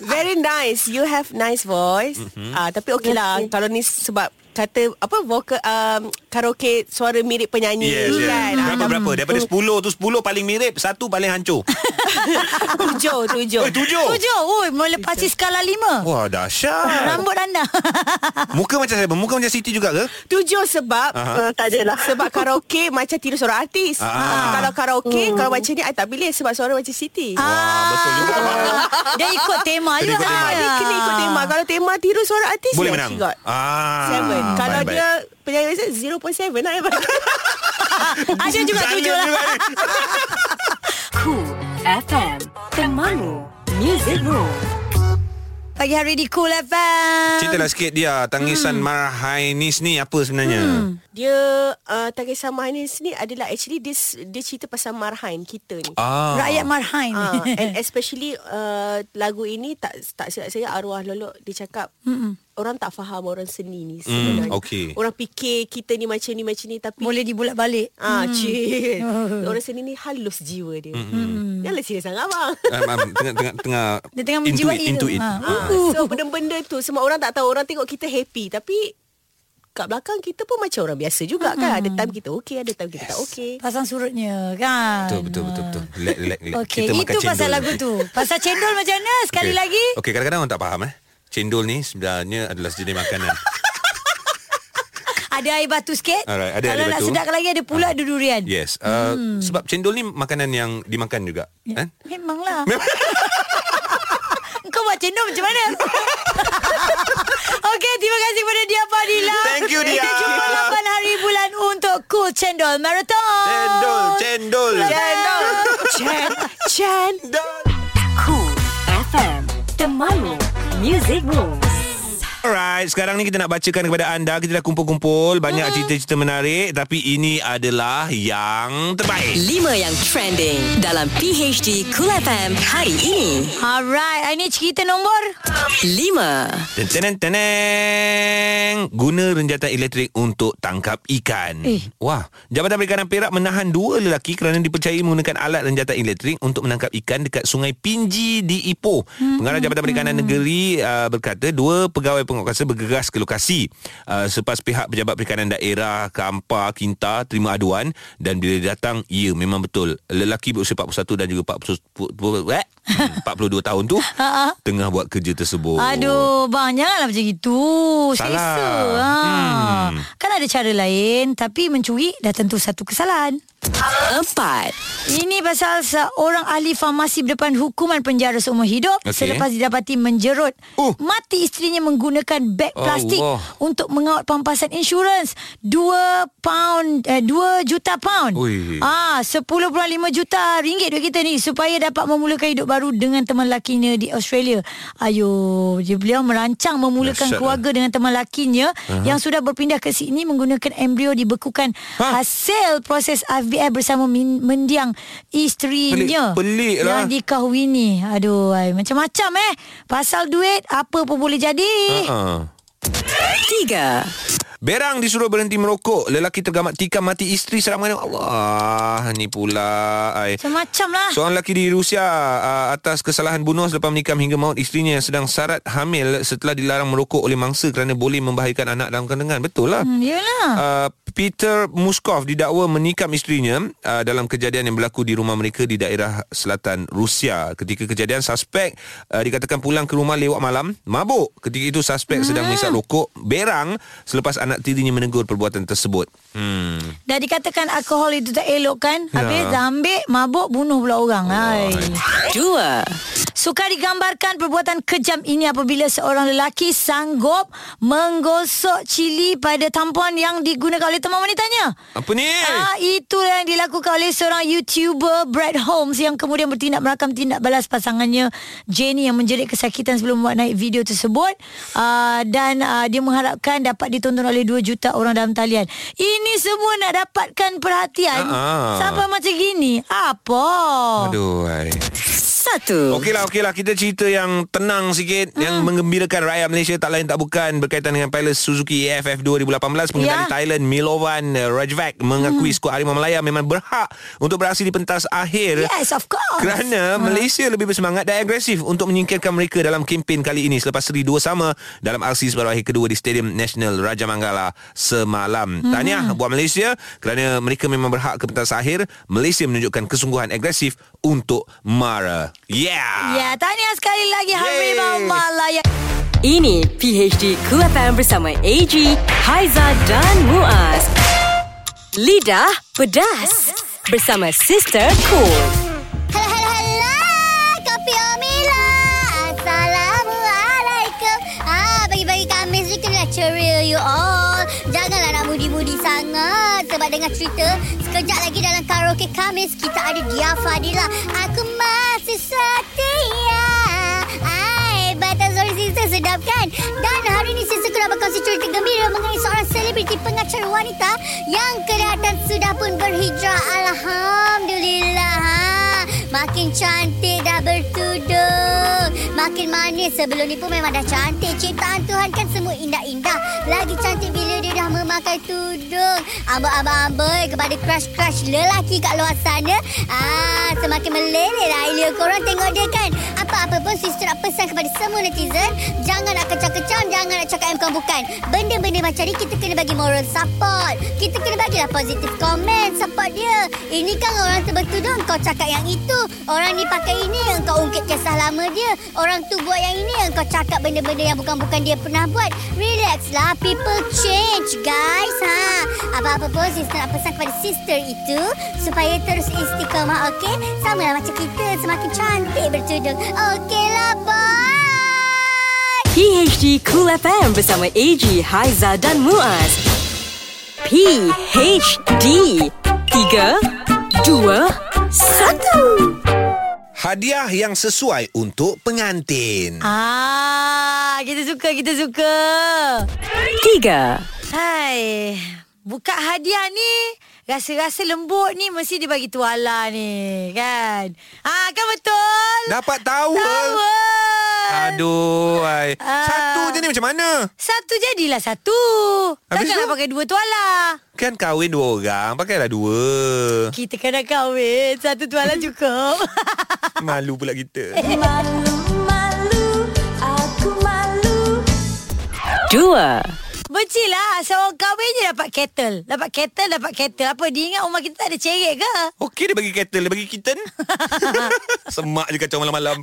D: Very nice. You have nice voice.
C: Mhm.
D: Mm-hmm. Ah, tapi okey lah kalau ni sebab kata apa vokal um, karaoke suara mirip penyanyi
C: Yes, yes.
D: kan.
C: Berapa-berapa? Daripada 10 tu 10 paling mirip, satu paling
A: [LAUGHS]
C: hancur.
D: Ah, tujuh, tujuh.
C: Eh, tujuh. Oh.
A: Tujuh Ui, melepasi skala lima
C: Wah, dahsyat.
A: Rambut anda [LAUGHS]
C: Muka macam siapa? Muka macam Siti juga ke?
D: Tujuh sebab eh,
F: Ah, Tak adalah
D: sebab karaoke macam tiru suara artis.
C: Ah.
D: Kalau karaoke kalau macam ni I tak pilih sebab suara macam Siti.
A: Ah,
C: Wah, Ah, betul juga.
A: Dia ikut tema
C: Dia
A: juga Ah.
C: ikut tema.
A: sebenarnya.
D: Ah, Dia kena ikut tema. Kalau tema tiru suara artis
C: Boleh
D: yes,
C: menang.
D: she got
C: Ah.
D: Seven. Kalau
C: baik,
D: dia penyanyi biasa 0.7 lah I
C: [LAUGHS]
D: bagi.
A: Ada juga
C: Jangan
A: tujuh lah
C: juga ni.
B: Cool FM Temanmu Music Room
A: Pagi hari di Cool FM
C: lah. Ceritalah sikit dia Tangisan hmm. Marhainis ni Apa sebenarnya hmm.
D: Dia uh, Tagih Samar ni sini adalah actually dia s- dia cerita pasal marhain kita ni.
C: Ah.
A: Rakyat Marhain.
D: Ah, and especially uh, lagu ini tak tak silap saya arwah lolok dia cakap Mm-mm. orang tak faham orang seni
C: Mm,
D: ni sebenarnya.
C: okey.
D: Orang fikir kita ni macam ni macam ni tapi
A: [LAUGHS] Boleh dibulat balik.
D: ah
A: [LAUGHS]
D: cik. orang seni ni halus jiwa dia.
A: Hmm.
D: Mm-hmm. Janganlah serius sangat abang.
C: Um, um, tengah tengah tengah
A: Dia tengah
C: into
A: menjiwai
C: it,
A: tu.
C: into it.
A: Ha.
D: Ah, so benda-benda tu semua orang tak tahu orang tengok kita happy tapi kat belakang kita pun macam orang biasa juga mm-hmm. kan. Ada
A: Hmm.
D: time kita okey, ada time kita yes. tak okey.
A: Pasang surutnya kan.
C: Betul betul betul betul. Relax relax. relax.
A: Okey,
C: Kita makan
A: itu pasal
C: cendol.
A: lagu tu. Pasal cendol macam mana? Sekali
C: Okey.
A: lagi.
C: Okey, kadang-kadang orang tak faham eh. Cendol ni sebenarnya adalah sejenis
A: [LAUGHS]
C: makanan.
A: Ada air batu sikit.
C: Alright, ada
A: Kalau
C: air
A: nak
C: batu.
A: sedap lagi ada pula
C: Ah.
A: ada durian.
C: Yes. Uh, hmm. sebab cendol ni makanan yang dimakan juga,
A: Ya.
C: yeah. kan?
A: Memanglah. [LAUGHS] Kau buat cendol macam mana? [LAUGHS] Okey, terima kasih kepada Dia Fadila.
C: Thank you, Dia.
A: Kita jumpa 8 hari bulan untuk Cool Cendol Marathon.
C: Cendol,
A: Oh.
C: cendol.
D: Hello. Chen, Chen.
B: Cool FM. Temanmu. Music Rules.
C: Alright, sekarang ni kita nak bacakan kepada anda. Kita dah kumpul-kumpul
A: Hmm.
C: banyak cerita-cerita menarik tapi ini adalah yang terbaik.
B: Lima yang trending dalam PHD Cool FM hari ini.
A: Alright, ini cerita nombor.
B: Lima.
C: Teneng teneng. Guna renjatan elektrik untuk tangkap ikan.
A: Eh.
C: Wah, Jabatan Perikanan Perak menahan dua lelaki kerana dipercayai menggunakan alat renjatan elektrik untuk menangkap ikan dekat Sungai Pinji di Ipoh.
A: Hmm.
C: Pengarah Jabatan Perikanan Negeri uh, berkata dua pegawai penguatkuasa bergegas ke lokasi uh, selepas pihak pejabat perikanan daerah Kampar Kinta terima aduan dan bila datang ia memang betul lelaki berusia 41 dan juga 40 pu- pu- eh, [LAUGHS] hmm, 42 tahun tu
A: Ha?
C: tengah buat kerja tersebut.
A: Aduh, bang, janganlah macam itu.
C: Salah. Hmm.
A: Selesa. Ha. Kan ada cara lain, tapi mencuri dah tentu satu kesalahan.
B: Empat.
A: Ini pasal seorang ahli farmasi berdepan hukuman penjara seumur hidup
C: Okey.
A: okay. selepas didapati menjerut
C: Oh.
A: mati isterinya menggunakan beg plastik
C: Allah.
A: untuk mengawal pampasan insurans 2 pound eh, 2 juta pound.
C: Ui.
A: Ah 10.5 juta ringgit duit kita ni supaya dapat memulakan hidup baru dengan teman lakinya di Australia. Ayo, dia beliau merancang memulakan
C: Dahsyat lah.
A: keluarga dengan teman lakinya uh-huh. yang sudah berpindah ke Sydney menggunakan embrio dibekukan
C: Ha?
A: hasil proses IVF bersama min- mendiang isterinya
C: Pelik- pelik lah.
A: yang dikahwini. Aduh, ay, macam-macam eh. Pasal duit apa pun boleh jadi. Uh-uh.
C: Ha.
B: Tiga.
C: Berang disuruh berhenti merokok. Lelaki tergamat tikam mati isteri seram mengandung. Allah, ni pula. Ai.
A: Macam-macam lah. So,
C: Seorang lelaki di Rusia uh, atas kesalahan bunuh selepas menikam hingga maut isterinya yang sedang syarat hamil setelah dilarang merokok oleh mangsa kerana boleh membahayakan anak dalam kandungan. Betul lah.
A: hmm, yelah.
C: Uh, Peter Muskov didakwa menikam isterinya uh, dalam kejadian yang berlaku di rumah mereka di daerah selatan Rusia. Ketika kejadian suspek uh, dikatakan pulang ke rumah lewat malam mabuk. Ketika itu suspek sedang menghisap rokok berang selepas anak tirinya menegur perbuatan tersebut. Hmm.
A: Dah dikatakan alkohol itu tak elok kan? Habis
C: Ya.
A: dah ambil, mabuk, bunuh pula orang. Hai.
B: Dua.
A: Sukar digambarkan perbuatan kejam ini apabila seorang lelaki sanggup menggosok cili pada tampon yang digunakan oleh teman wanitanya.
C: Apa ni?
A: Ah, itu yang dilakukan oleh seorang YouTuber Brad Holmes yang kemudian bertindak merakam tindak balas pasangannya Jenny yang menjerit kesakitan sebelum buat naik video tersebut ah, dan ah, dia mengharapkan dapat ditonton oleh 2 juta orang dalam talian. Ini semua nak dapatkan perhatian
C: Ah, ah.
A: sampai macam gini. Apa?
C: Aduh. Ai.
B: Satu.
C: Okeylah okeylah lah, kita cerita yang tenang sikit hmm. yang menggembirakan rakyat Malaysia tak lain tak bukan berkaitan dengan pilot Suzuki EFF 2018 pengendali
A: Ya.
C: Thailand Milovan eh, Rajvak mengakui skuad Harimau Melaya memang berhak untuk beraksi di pentas akhir
A: Yes, of course.
C: kerana Malaysia lebih bersemangat dan agresif untuk menyingkirkan mereka dalam kempen kali ini selepas seri dua sama dalam aksi separuh akhir kedua di Stadium Nasional Rajamanggala semalam. Hmm. Tahniah buat Malaysia kerana mereka memang berhak ke pentas akhir. Malaysia menunjukkan kesungguhan agresif untuk Mara. Yeah.
A: Ya, tahniah sekali lagi Harimau Malaya.
B: Ini PHD Cool FM bersama AG, Haiza dan Muaz. Lidah pedas bersama Sister Cool.
G: Hello, hello, hello. Kopi Omila. Assalamualaikum. Ah, bagi-bagi Khamis ni kenalah ceria you all. Janganlah nak mudi-mudi sangat. Sebab dengar cerita, sekejap lagi dalam karaoke Khamis, kita ada Dia Fadila. Aku masih setia. Ah. Hai, Batas Zori Sister sedap kan? Dan hari ini Sister kena berkongsi cerita gembira mengenai seorang selebriti seperti pengacara wanita yang kelihatan sudah pun berhijrah. Alhamdulillah. Ha. Makin cantik dah bertudung. Makin manis sebelum ni pun memang dah cantik. Ciptaan Tuhan kan semua indah-indah. Lagi cantik bila dia dah memakai tudung. Amboi-amboi kepada crush-crush lelaki kat luar sana. Ah, semakin meleleh lah Ilya. Korang tengok dia kan. Apa-apa pun sister nak pesan kepada semua netizen. Jangan nak kecam-kecam. Jangan nak cakap yang bukan-bukan. Benda-benda macam ni kita kena bagi moral support. Kita kena bagilah positive comment support dia. Ini kan orang tu bertudung. Kau cakap yang itu. Orang ni pakai ini. Yang kau ungkit kisah lama dia. Orang tu buat yang ini. Yang kau cakap benda-benda yang bukan-bukan dia pernah buat. Relax lah. People change guys. Ha. Apa-apa pun sister nak pesan kepada sister itu. Supaya terus istiqamah okey. Sama lah macam kita. Semakin cantik bertudung. Okey lah bye.
B: PHD Cool FM bersama AG, Haiza dan Muaz. PHD 3 2 1
C: Hadiah yang sesuai untuk pengantin.
A: Ah, kita suka, kita suka.
B: 3
A: Hai, buka hadiah ni Rasa-rasa lembut ni Mesti dia bagi tuala ni Kan Ah, kan betul
C: Dapat tahu.
A: Tawa
C: Aduh, ai.
A: Ah.
C: Satu je ni macam mana?
A: Satu jadilah satu
C: Habis
A: Takkanlah
C: tu?
A: pakai dua tuala
C: Kan kahwin dua orang Pakailah dua
A: Kita kena kahwin Satu tuala cukup [LAUGHS]
C: Malu pula kita
B: Dua
A: Benci lah Seorang kahwin je dapat kettle Dapat kettle, dapat kettle Apa dia ingat rumah kita tak ada ceret ke?
C: Okey dia bagi kettle Dia bagi kitten Semak je kacau malam-malam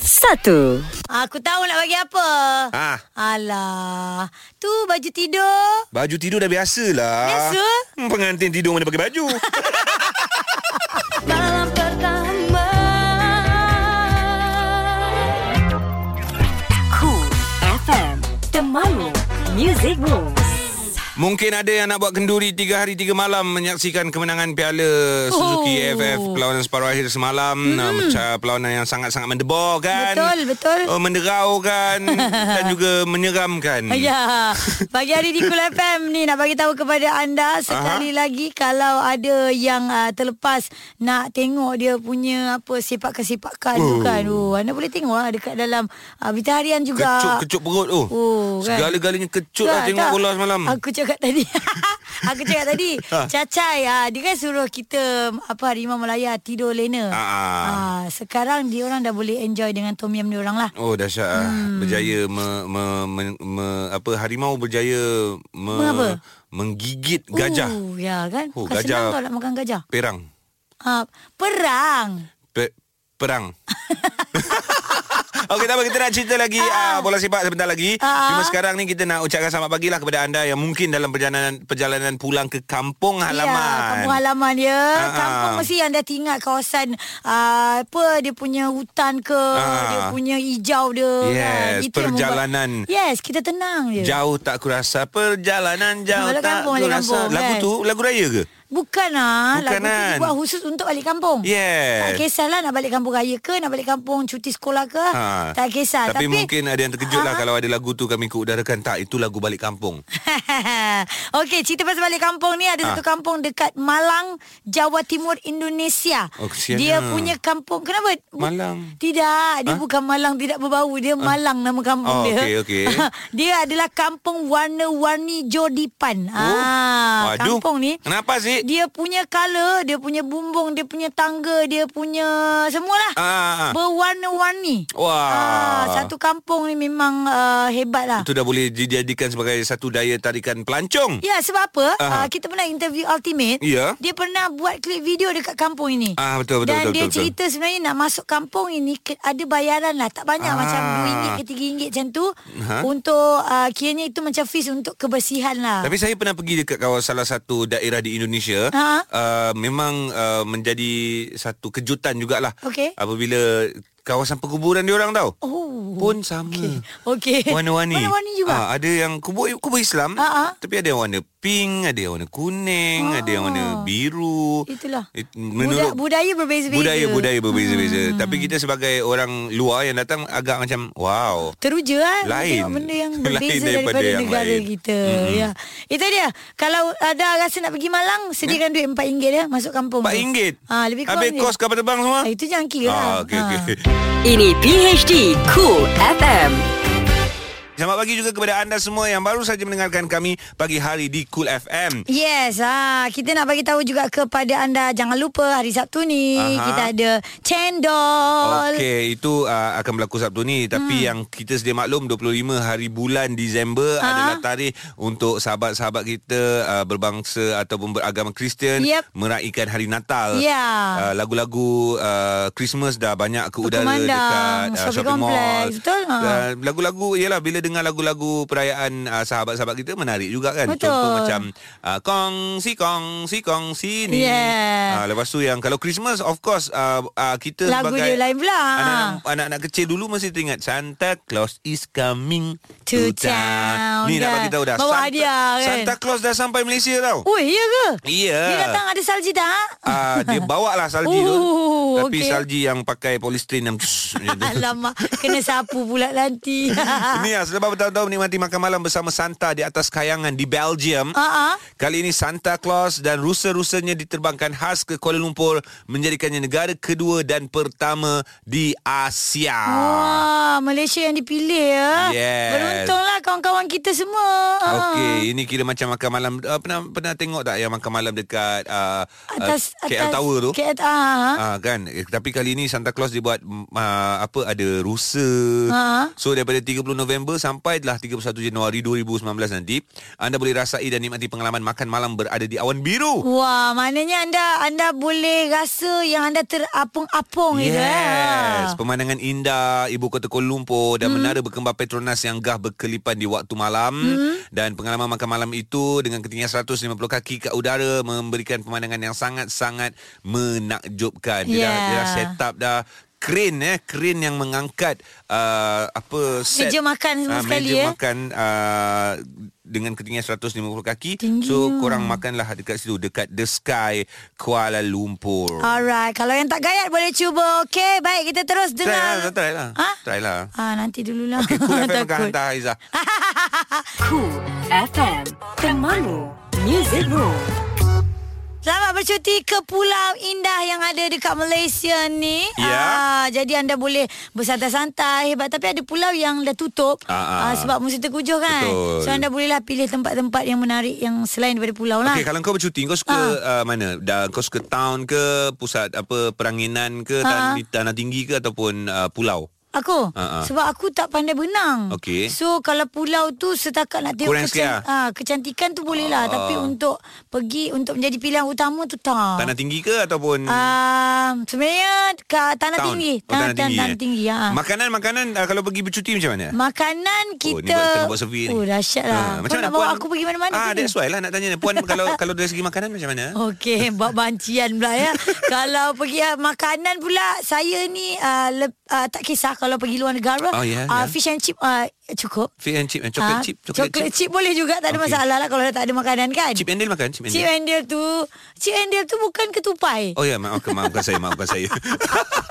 B: Satu
A: Aku tahu nak bagi apa
C: Ah.
A: Alah Tu baju tidur
C: Baju tidur dah biasalah
A: Biasa?
C: hmm, Pengantin tidur mana pakai
A: [LAUGHS]
C: baju
B: Cool FM The Mamu Music Moves
C: Mungkin ada yang nak buat kenduri Tiga hari tiga malam Menyaksikan kemenangan Piala
A: Oh.
C: Suzuki
A: Hmm.
C: FF Perlawanan separuh akhir semalam Ah, Macam perlawanan yang sangat-sangat mendebar kan
A: Betul, betul.
C: oh, Menderau
A: [LAUGHS]
C: kan Dan juga menyeramkan
A: Ya. Pagi hari di Kul FM ni nak bagi tahu kepada anda sekali lagi kalau ada yang uh, terlepas nak tengok dia punya apa sepak-kesepakan tu kan. Oh, anda boleh tengok lah dekat dalam uh, berita harian juga.
C: Kecut-kecut perut tu
A: Oh, kan.
C: Segala-galanya kecut lah
A: Tak,
C: Tengok
A: tak.
C: bola semalam
A: Aku cakap tadi [LAUGHS] Aku cakap tadi
C: [LAUGHS] Ha.
A: Cacai ah, Dia kan suruh kita Apa Harimau Melaya Tidur lena
C: Ah, ah.
A: Ah, Sekarang dia orang dah boleh enjoy Dengan tom yum dia orang lah
C: Oh dahsyat ah.
A: Hmm.
C: Berjaya me, me, me, me, apa harimau berjaya me,
A: Mengapa?
C: menggigit gajah
A: uh, Ya kan
C: Oh,
A: Bukan
C: gajah.
A: senang tau nak makan gajah
C: perang.
A: Ah, Perang
C: Pe, perang. [LAUGHS] Okey, tak apa. Kita nak cerita lagi uh, bola sepak sebentar lagi.
A: Ah.
C: Cuma sekarang ni kita nak ucapkan selamat pagi lah kepada anda yang mungkin dalam perjalanan perjalanan pulang ke kampung halaman.
A: Ya, kampung halaman dia.
C: Ha-ha.
A: Kampung mesti yang dah tinggal kawasan uh, apa dia punya hutan ke,
C: Ha.
A: dia punya hijau dia kan.
C: Yes,
A: yang
C: perjalanan.
A: Membuat, yes, kita tenang je.
C: Jauh tak kurasa perjalanan jauh
A: Balik
C: tak
A: kampung, balik
C: kurasa.
A: kampung,
C: lagu
A: kan?
C: tu lagu raya ke?
A: Bukan ah, lagu
C: Bukan,
A: tu
C: kan?
A: dibuat khusus untuk balik kampung.
C: Yes.
A: Tak kisahlah nak balik kampung raya ke, nak balik kampung cuti sekolah ke,
C: Ha.
A: tak kisah.
C: Tapi,
A: Tapi, Ah,
C: mungkin ada yang terkejut lah kalau ada lagu tu kami keudarakan tak itu lagu balik kampung.
A: [LAUGHS] Okey, cerita pasal balik kampung ni ada
C: Ah.
A: satu kampung dekat Malang, Jawa Timur, Indonesia.
C: Oh, kesiannya.
A: dia punya kampung kenapa? Bu-
C: Malang.
A: Tidak, dia
C: Ah?
A: bukan Malang tidak berbau, dia Malang nama kampung
C: Oh,
A: dia.
C: okey, okey.
A: [LAUGHS] dia adalah kampung warna-warni Jodipan.
C: Oh,
A: Ah,
C: Aduh.
A: kampung ni
C: Kenapa sih?
A: dia punya color, dia punya bumbung, dia punya tangga, dia punya semualah.
C: Ah, ah, ah.
A: Berwarna-warni.
C: Wah.
A: Ah, satu kampung ni memang uh, hebat lah.
C: Itu dah boleh dijadikan sebagai satu daya tarikan pelancong.
A: Ya sebab apa
C: Aha.
A: uh, Kita pernah interview Ultimate
C: Ya.
A: Dia pernah buat klip video dekat kampung ini
C: Ah, betul, betul,
A: Dan
C: betul,
A: dia
C: betul,
A: cerita sebenarnya Nak masuk kampung ini ke, Ada bayaran lah Tak banyak
C: Ah.
A: Macam RM2 ke RM3 macam tu
C: Ha.
A: Untuk uh, Kiranya itu macam fees Untuk kebersihan lah
C: Tapi saya pernah pergi dekat kawasan salah satu daerah di Indonesia.
A: Ha?
C: Uh, memang uh, menjadi satu kejutan jugalah.
A: Okey.
C: Apabila kawasan perkuburan diorang tau.
A: Oh
C: Pun sama.
A: Okey
C: [LAUGHS] Warna-warni.
A: Warna-warni juga
C: Ah, ada yang kubur kubur Islam,
A: Ah, ah.
C: tapi ada yang warna pink, ada yang warna kuning,
A: Ah.
C: ada yang warna biru.
A: Itulah.
C: It,
A: Buda-
C: menurut
A: budaya berbeza-beza.
C: budaya budaya berbeza-beza. Hmm. Tapi kita sebagai orang luar yang datang agak macam wow.
A: Teruja kan
C: Lain.
A: Tengok benda yang
C: [LAUGHS] Lain
A: berbeza
C: daripada
A: daripada,
C: yang
A: negara
C: lain.
A: kita mm-hmm. ya. Itu dia Kalau ada rasa nak pergi Malang Sediakan duit RM4 ya Masuk kampung tu.
C: RM4.
A: ha, Lebih kurang
C: Eh? Habis
A: je.
C: kos kapal terbang semua?
A: Ah, Itu jangan kira lah
C: Ah, okey
A: Ha.
C: okey.
B: Ini PHD Cool FM.
C: Selamat pagi juga kepada anda semua yang baru saja mendengarkan kami pagi hari di Cool FM.
A: Yes, ha. kita nak bagi tahu juga kepada anda jangan lupa hari Sabtu ni
C: Aha.
A: kita ada cendol.
C: Okey, itu uh, akan berlaku Sabtu ni tapi hmm. yang kita sedia maklum 25 hari bulan Disember
A: Ha?
C: adalah tarikh untuk sahabat-sahabat kita uh, berbangsa ataupun beragama Kristian
A: Yep.
C: meraihkan hari Natal.
A: Ya.
C: Uh, lagu-lagu uh, Christmas dah banyak ke udara
A: Berkumandang,
C: dekat uh,
A: shopping
C: shopping
A: complex,
C: mall.
A: betul? Ha.
C: Uh, lagu-lagu ialah bila dengar lagu-lagu perayaan uh, sahabat-sahabat kita menarik juga kan.
A: Betul.
C: Contoh macam uh, kong si kong si kong si ni.
A: Yeah.
C: Uh, lepas tu yang kalau Christmas of course uh, uh, kita kita
A: Lagu dia
C: sebagai
A: lain pula.
C: anak-anak, anak-anak kecil dulu mesti teringat Santa Claus is coming
A: To
C: to,
A: town.
C: town. Ni
A: Dah.
C: nak bagi tahu dah.
A: Bawa
C: Santa,
A: hadiah, kan?
C: Santa Claus dah sampai Malaysia tau.
A: Oi, iya ke?
C: Ya.
A: Dia datang ada salji tak? [LAUGHS]
C: Ah, dia bawa lah salji tu.
A: Oh,
C: Tapi
A: okey.
C: salji yang pakai polistrin yang macam tu.
A: Alamak, kena sapu pula nanti.
C: [LAUGHS] Ini ya, selepas bertahun-tahun menikmati makan malam bersama Santa di atas kayangan di Belgium.
A: Ah, ah.
C: Kali ini Santa Claus dan rusa-rusanya diterbangkan khas ke Kuala Lumpur menjadikannya negara kedua dan pertama di Asia.
A: Wah, Malaysia yang dipilih ya.
C: Yes.
A: Beruntunglah kawan-kawan kita semua. Ah.
C: Okey, ini kira macam makan malam uh, pernah pernah tengok tak yang makan malam dekat uh,
A: Atas,
C: uh, KL
A: atas
C: Tower tu?
A: KL ah.
C: Ah kan eh, tapi kali ni Santa Claus dia buat mm, ah, apa ada rusa.
A: Ha.
C: So daripada 30 November sampai lah 31 Januari 2019 nanti anda boleh rasai dan nikmati pengalaman makan malam berada di awan biru.
A: Wah, maknanya anda anda boleh rasa yang anda terapung-apung gitu eh.
C: Yes, pemandangan indah ibu kota Kuala Lumpur dan
A: Hmm.
C: menara berkembar Petronas yang gah berkelipan di waktu malam
A: Hmm.
C: dan pengalaman makan malam itu dengan ketinggian 150 kaki ke udara memberikan pemandangan yang sangat-sangat menakjubkan. Dia, dah, dia dah
A: Yeah.
C: set up dah crane eh crane yang mengangkat uh, apa set
A: Meja makan semua
C: Ah,
A: sekali,
C: meja
A: eh.
C: makan uh, dengan ketinggian 150 kaki
A: Tinggi,
C: so
A: ya.
C: korang makanlah dekat situ dekat The Sky Kuala Lumpur
A: Alright, kalau yang tak gayat boleh cuba. Okey, baik kita terus
C: try lah
A: dengar.
C: try lah
A: Ha?
C: try
A: [LAUGHS]
C: lah
A: Ah, nanti dululah. [LAUGHS]
C: Okay, Cool FM akan
A: Takut. Ha.
C: hantar Aizah
B: Cool FM. Temanmu. Music Room.
A: Selamat bercuti ke Pulau Indah yang ada dekat Malaysia ni.
C: Ya.
A: Ah, jadi anda boleh bersantai-santai. Hebat. Tapi ada pulau yang dah tutup.
C: Ah, ah.
A: sebab musim terkujuh kan.
C: Betul.
A: So anda bolehlah pilih tempat-tempat yang menarik yang selain daripada pulau lah.
C: Okay, kalau kau bercuti kau suka
A: Ha.
C: uh, mana? Dah kau suka town ke, pusat apa peranginan ke,
A: Ha.
C: tan- tanah tinggi ke ataupun uh, pulau?
A: Aku
C: Ah, ah.
A: Sebab aku tak pandai benang
C: Okey.
A: So kalau pulau tu Setakat nak tengok
C: Kurang sikit lah. Ah,
A: ah, Kecantikan tu boleh lah Tapi untuk Pergi untuk menjadi pilihan utama tu tak
C: Tanah tinggi ke ataupun
A: Ha. Ah, Sebenarnya ka, Tanah
C: Hmm. town?
A: tinggi
C: Oh, tanah, tinggi.
A: Tanah
C: eh?
A: tinggi ah.
C: Makanan-makanan uh, kalau pergi bercuti macam mana?
A: Makanan kita
C: Oh, ni buat, kena buat survey ni.
A: Oh dahsyat lah
C: Ha,
A: ha, Kau
C: macam
A: nak
C: mana
A: bawa
C: puan-
A: aku pergi mana-mana
C: Ah,
A: tadi Oh.
C: that's why lah nak tanya.
A: [LAUGHS]
C: Puan kalau kalau dari segi makanan macam mana? [LAUGHS]
A: Okey, buat bancian pula ya. kalau pergi uh, makanan pula, saya ni uh, le, uh, tak kisah kalau pergi luar negara.
C: Oh, ya,
A: uh,
C: ya.
A: Fish and chip uh, cukup.
C: Fish and chip, eh,
A: Ah,
C: chocolate chip,
A: chocolate,
C: chocolate
A: chip. boleh juga, tak ada
C: Okey.
A: masalah lah kalau dah tak ada makanan kan.
C: Chip and Dale makan? Chip and
A: Chip
C: Dale.
A: and Dale tu, chip and Dale tu bukan ketupai.
C: Oh ya, maaf, maafkan saya, maafkan saya. [LAUGHS]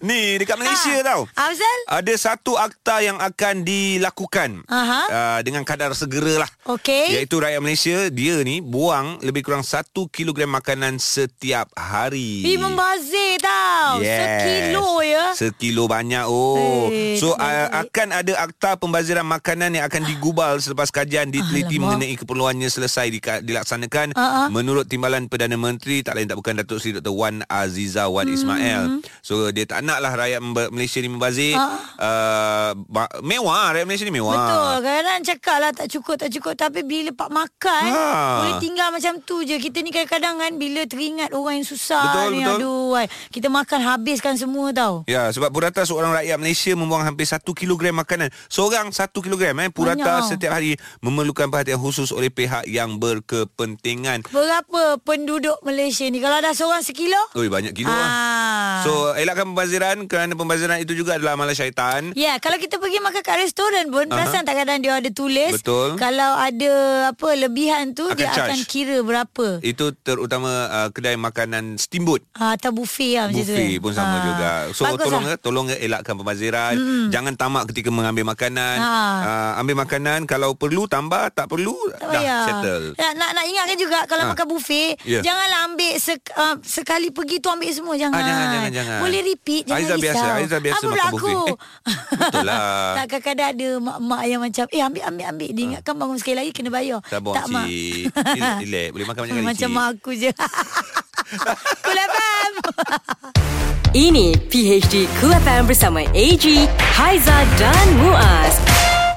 C: Ni dekat Malaysia
A: Ah,
C: tau.
A: Afzal?
C: Ada satu akta yang akan dilakukan
A: Aha.
C: uh, dengan kadar segera lah.
A: Okey.
C: Iaitu rakyat Malaysia, dia ni buang lebih kurang 1 kilogram makanan setiap hari.
A: Ih, membazir tau. Sekilo ya.
C: Sekilo banyak oh.
A: Eh,
C: so
A: tak
C: uh,
A: baik.
C: akan ada akta pembaziran makanan yang akan digubal selepas kajian diteliti
A: Alamak.
C: mengenai keperluannya selesai dika- dilaksanakan
A: Ah, ah.
C: menurut timbalan Perdana Menteri tak lain tak bukan Datuk Seri Dr Wan Aziza Wan
A: Hmm.
C: Ismail. So dia tak naklah rakyat Mba- Malaysia ni membazir.
A: Ha.
C: Uh, ba- mewah rakyat Malaysia ni mewah.
A: Betul Kadang-kadang cakap lah Tak cukup tak cukup Tapi bila pak makan
C: Ha.
A: Boleh tinggal macam tu je Kita ni kadang-kadang kan Bila teringat orang yang susah
C: Betul,
A: ni,
C: betul.
A: Aduh ay, Kita makan habiskan semua tau
C: Ya, Purata Sebab Purata seorang rakyat Malaysia Membuang hampir 1 kilogram makanan Seorang 1 kilogram eh. Purata
A: Banyak.
C: setiap hari Memerlukan perhatian khusus Oleh pihak yang berkepentingan
A: Berapa penduduk Malaysia ni? Kalau ada seorang sekilo?
C: Oi banyak kilo ah.
A: Ah.
C: So elakkan pembaziran Kerana pembaziran itu juga adalah amalan syaitan
A: Ya, kalau kita pergi makan kat restoran pun, uh-huh. perasan tak kadang dia ada tulis.
C: Betul.
A: Kalau ada apa lebihan tu,
C: Akan
A: dia
C: charge. Eh.
A: akan kira berapa.
C: Itu terutama uh, kedai makanan steamboat
A: Ah, atau buffet lah macam tu.
C: Buffet
A: kan?
C: pun sama
A: Ah.
C: juga So
A: Bagus
C: tolong
A: lah.
C: lah. tolong elakkan pembaziran hmm. Jangan tamak ketika mengambil makanan
A: Ha.
C: uh, Ambil makanan Kalau perlu tambah Tak perlu
A: Tak
C: Dah
A: payah.
C: settle
A: Nak, nak, nak ingatkan juga kalau
C: Ah.
A: makan buffet,
C: Ya.
A: janganlah ambil sek, uh, sekali pergi tu ambil semua jangan.
C: Ah, jangan, jangan, jangan.
A: Boleh repeat jangan
C: Aizah
A: risau.
C: biasa, Aizah biasa
A: Apa
C: makan
A: pula aku? [LAUGHS]
C: buffet. Eh, betul lah.
A: tak kadang-kadang ada mak-mak yang macam eh ambil ambil ambil diingatkan bangun sekali lagi kena bayar.
C: Sabar
A: tak
C: [LAUGHS]
A: mak.
C: Ha. cik Relax, Relax Boleh makan banyak kali
A: [LAUGHS] Macam
C: cik
A: mak aku je. Kul FM.
B: Ini PHD Cool FM bersama AG, Haiza dan Muaz.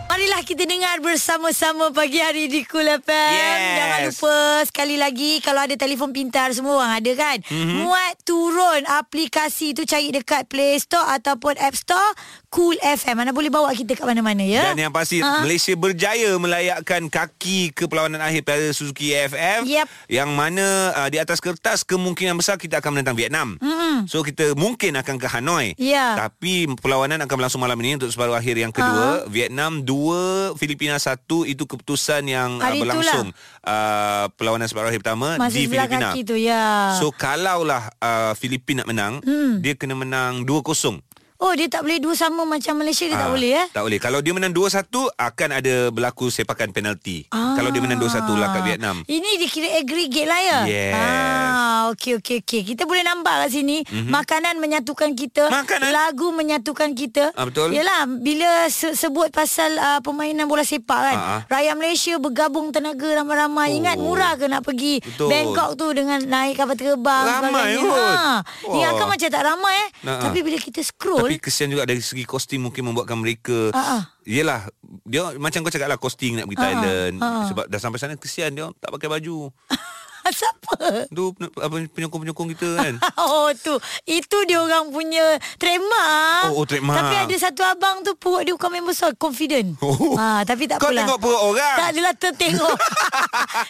A: Marilah kita dengar bersama-sama pagi hari di Kul FM.
C: Yes.
A: Jangan lupa sekali lagi kalau ada telefon pintar semua orang ada kan.
C: Mhm.
A: Mm-hmm. Muat turun aplikasi tu cari dekat Play Store ataupun App Store Cool FM. Mana boleh bawa kita kat mana-mana ya.
C: Dan yang
A: Ha.
C: pasti uh-huh. Malaysia berjaya melayakkan kaki ke perlawanan akhir Piala Suzuki AFF
A: Yep.
C: yang mana uh, di atas kertas kemungkinan besar kita akan menentang Vietnam. Mm-hmm. So kita mungkin akan ke Hanoi.
A: Ya.
C: Tapi perlawanan akan berlangsung malam ini untuk separuh akhir yang
A: Ah.
C: kedua. Uh-huh. Vietnam 2, Filipina 1 itu keputusan yang
A: Hari
C: uh, berlangsung uh, perlawanan separuh akhir pertama
A: Masih
C: di
A: sebelah
C: Filipina.
A: kaki tu ya.
C: So kalaulah uh, Filipina nak menang, hmm. dia kena menang 2-0.
A: oh dia tak boleh dua sama macam Malaysia dia tak
C: Ah,
A: boleh eh.
C: Tak boleh. Kalau dia menang 2-1 akan ada berlaku sepakan penalti.
A: Ah.
C: Kalau dia menang 2-1 lah kat Vietnam.
A: Ini dikira aggregate lah ya.
C: Yes.
A: Ah, okey okey okey. Kita boleh nampak kat sini mm-hmm. makanan menyatukan kita,
C: Mhm. Makanan.
A: lagu menyatukan kita.
C: Ah, betul.
A: Yalah, bila se- sebut pasal uh, permainan bola sepak kan,
C: Ah, ah.
A: rakyat Malaysia bergabung tenaga ramai-ramai.
C: Oh.
A: Ingat murah ke nak pergi
C: Betul.
A: Bangkok tu dengan naik kapal terbang
C: Ramai
A: sebagainya.
C: kot.
A: Ha. Ingat kan
C: Wah.
A: macam tak ramai eh.
C: Nah, ah.
A: Tapi bila kita scroll
C: Tapi kesian juga dari segi kostum mungkin membuatkan mereka
A: Ah, ah.
C: Yelah dia macam kau cakap lah kosting nak pergi
A: Ah, ah.
C: Thailand
A: Ah, ah.
C: sebab dah sampai sana kesian dia orang tak pakai baju.
A: [LAUGHS] siapa?
C: Tu pen- apa penyokong-penyokong kita kan.
A: Oh tu Itu dia orang punya Trademark
C: Oh, oh, trademark.
A: Tapi ada satu abang tu Perut dia bukan main besar Confident
C: Oh.
A: ha, Tapi [LAUGHS] tak
C: Kau
A: apalah
C: tengok kan? perut orang.
A: Tak adalah
C: [LAUGHS]
A: tertengok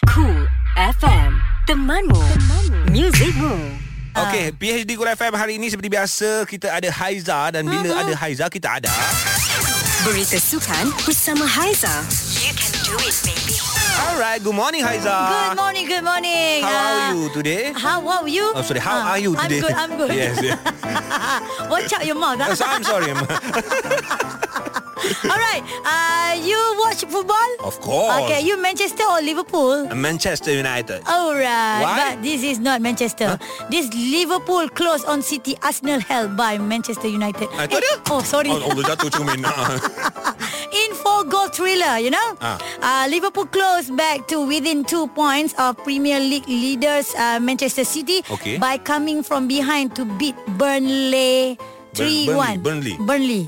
B: Cool FM, temanmu, temanmu. muzikmu.
C: Okey, PhD Kul FM hari ini seperti biasa kita ada Haiza
A: Ah,
C: dan bila ada Haiza kita ada
B: Berita sukan bersama Haiza. You can do it, baby.
C: Alright, good morning Haiza.
A: Good morning Good morning
C: How
A: Ah,
C: are you
A: [LAUGHS]
C: today?
A: How are you?
C: Oh sorry, how
A: Ah,
C: are you
A: I'm
C: today?
A: good I'm good
C: Yes. yes.
A: [LAUGHS] Watch out your mouth
C: [LAUGHS]
A: ah.
C: So, I'm sorry. ma'am.
A: Alright uh, You watch football?
C: Of course.
A: Okay you Manchester or Liverpool?
C: Manchester United.
A: Oh, Alright,
C: Why?
A: but this is not Manchester. This Liverpool close on City Arsenal held by Manchester United.
C: Ah, itu dia.
A: oh, sorry.
C: Oh, oh jatuh cermin.
A: [LAUGHS] In four goal thriller, you know?
C: Ah.
A: Uh, Liverpool close back to within two points of Premier League leaders uh, Manchester City
C: Okay.
A: by coming from behind to beat Burnley.
C: Burn-
A: 3-1
C: Burnley, Burnley.
A: Burnley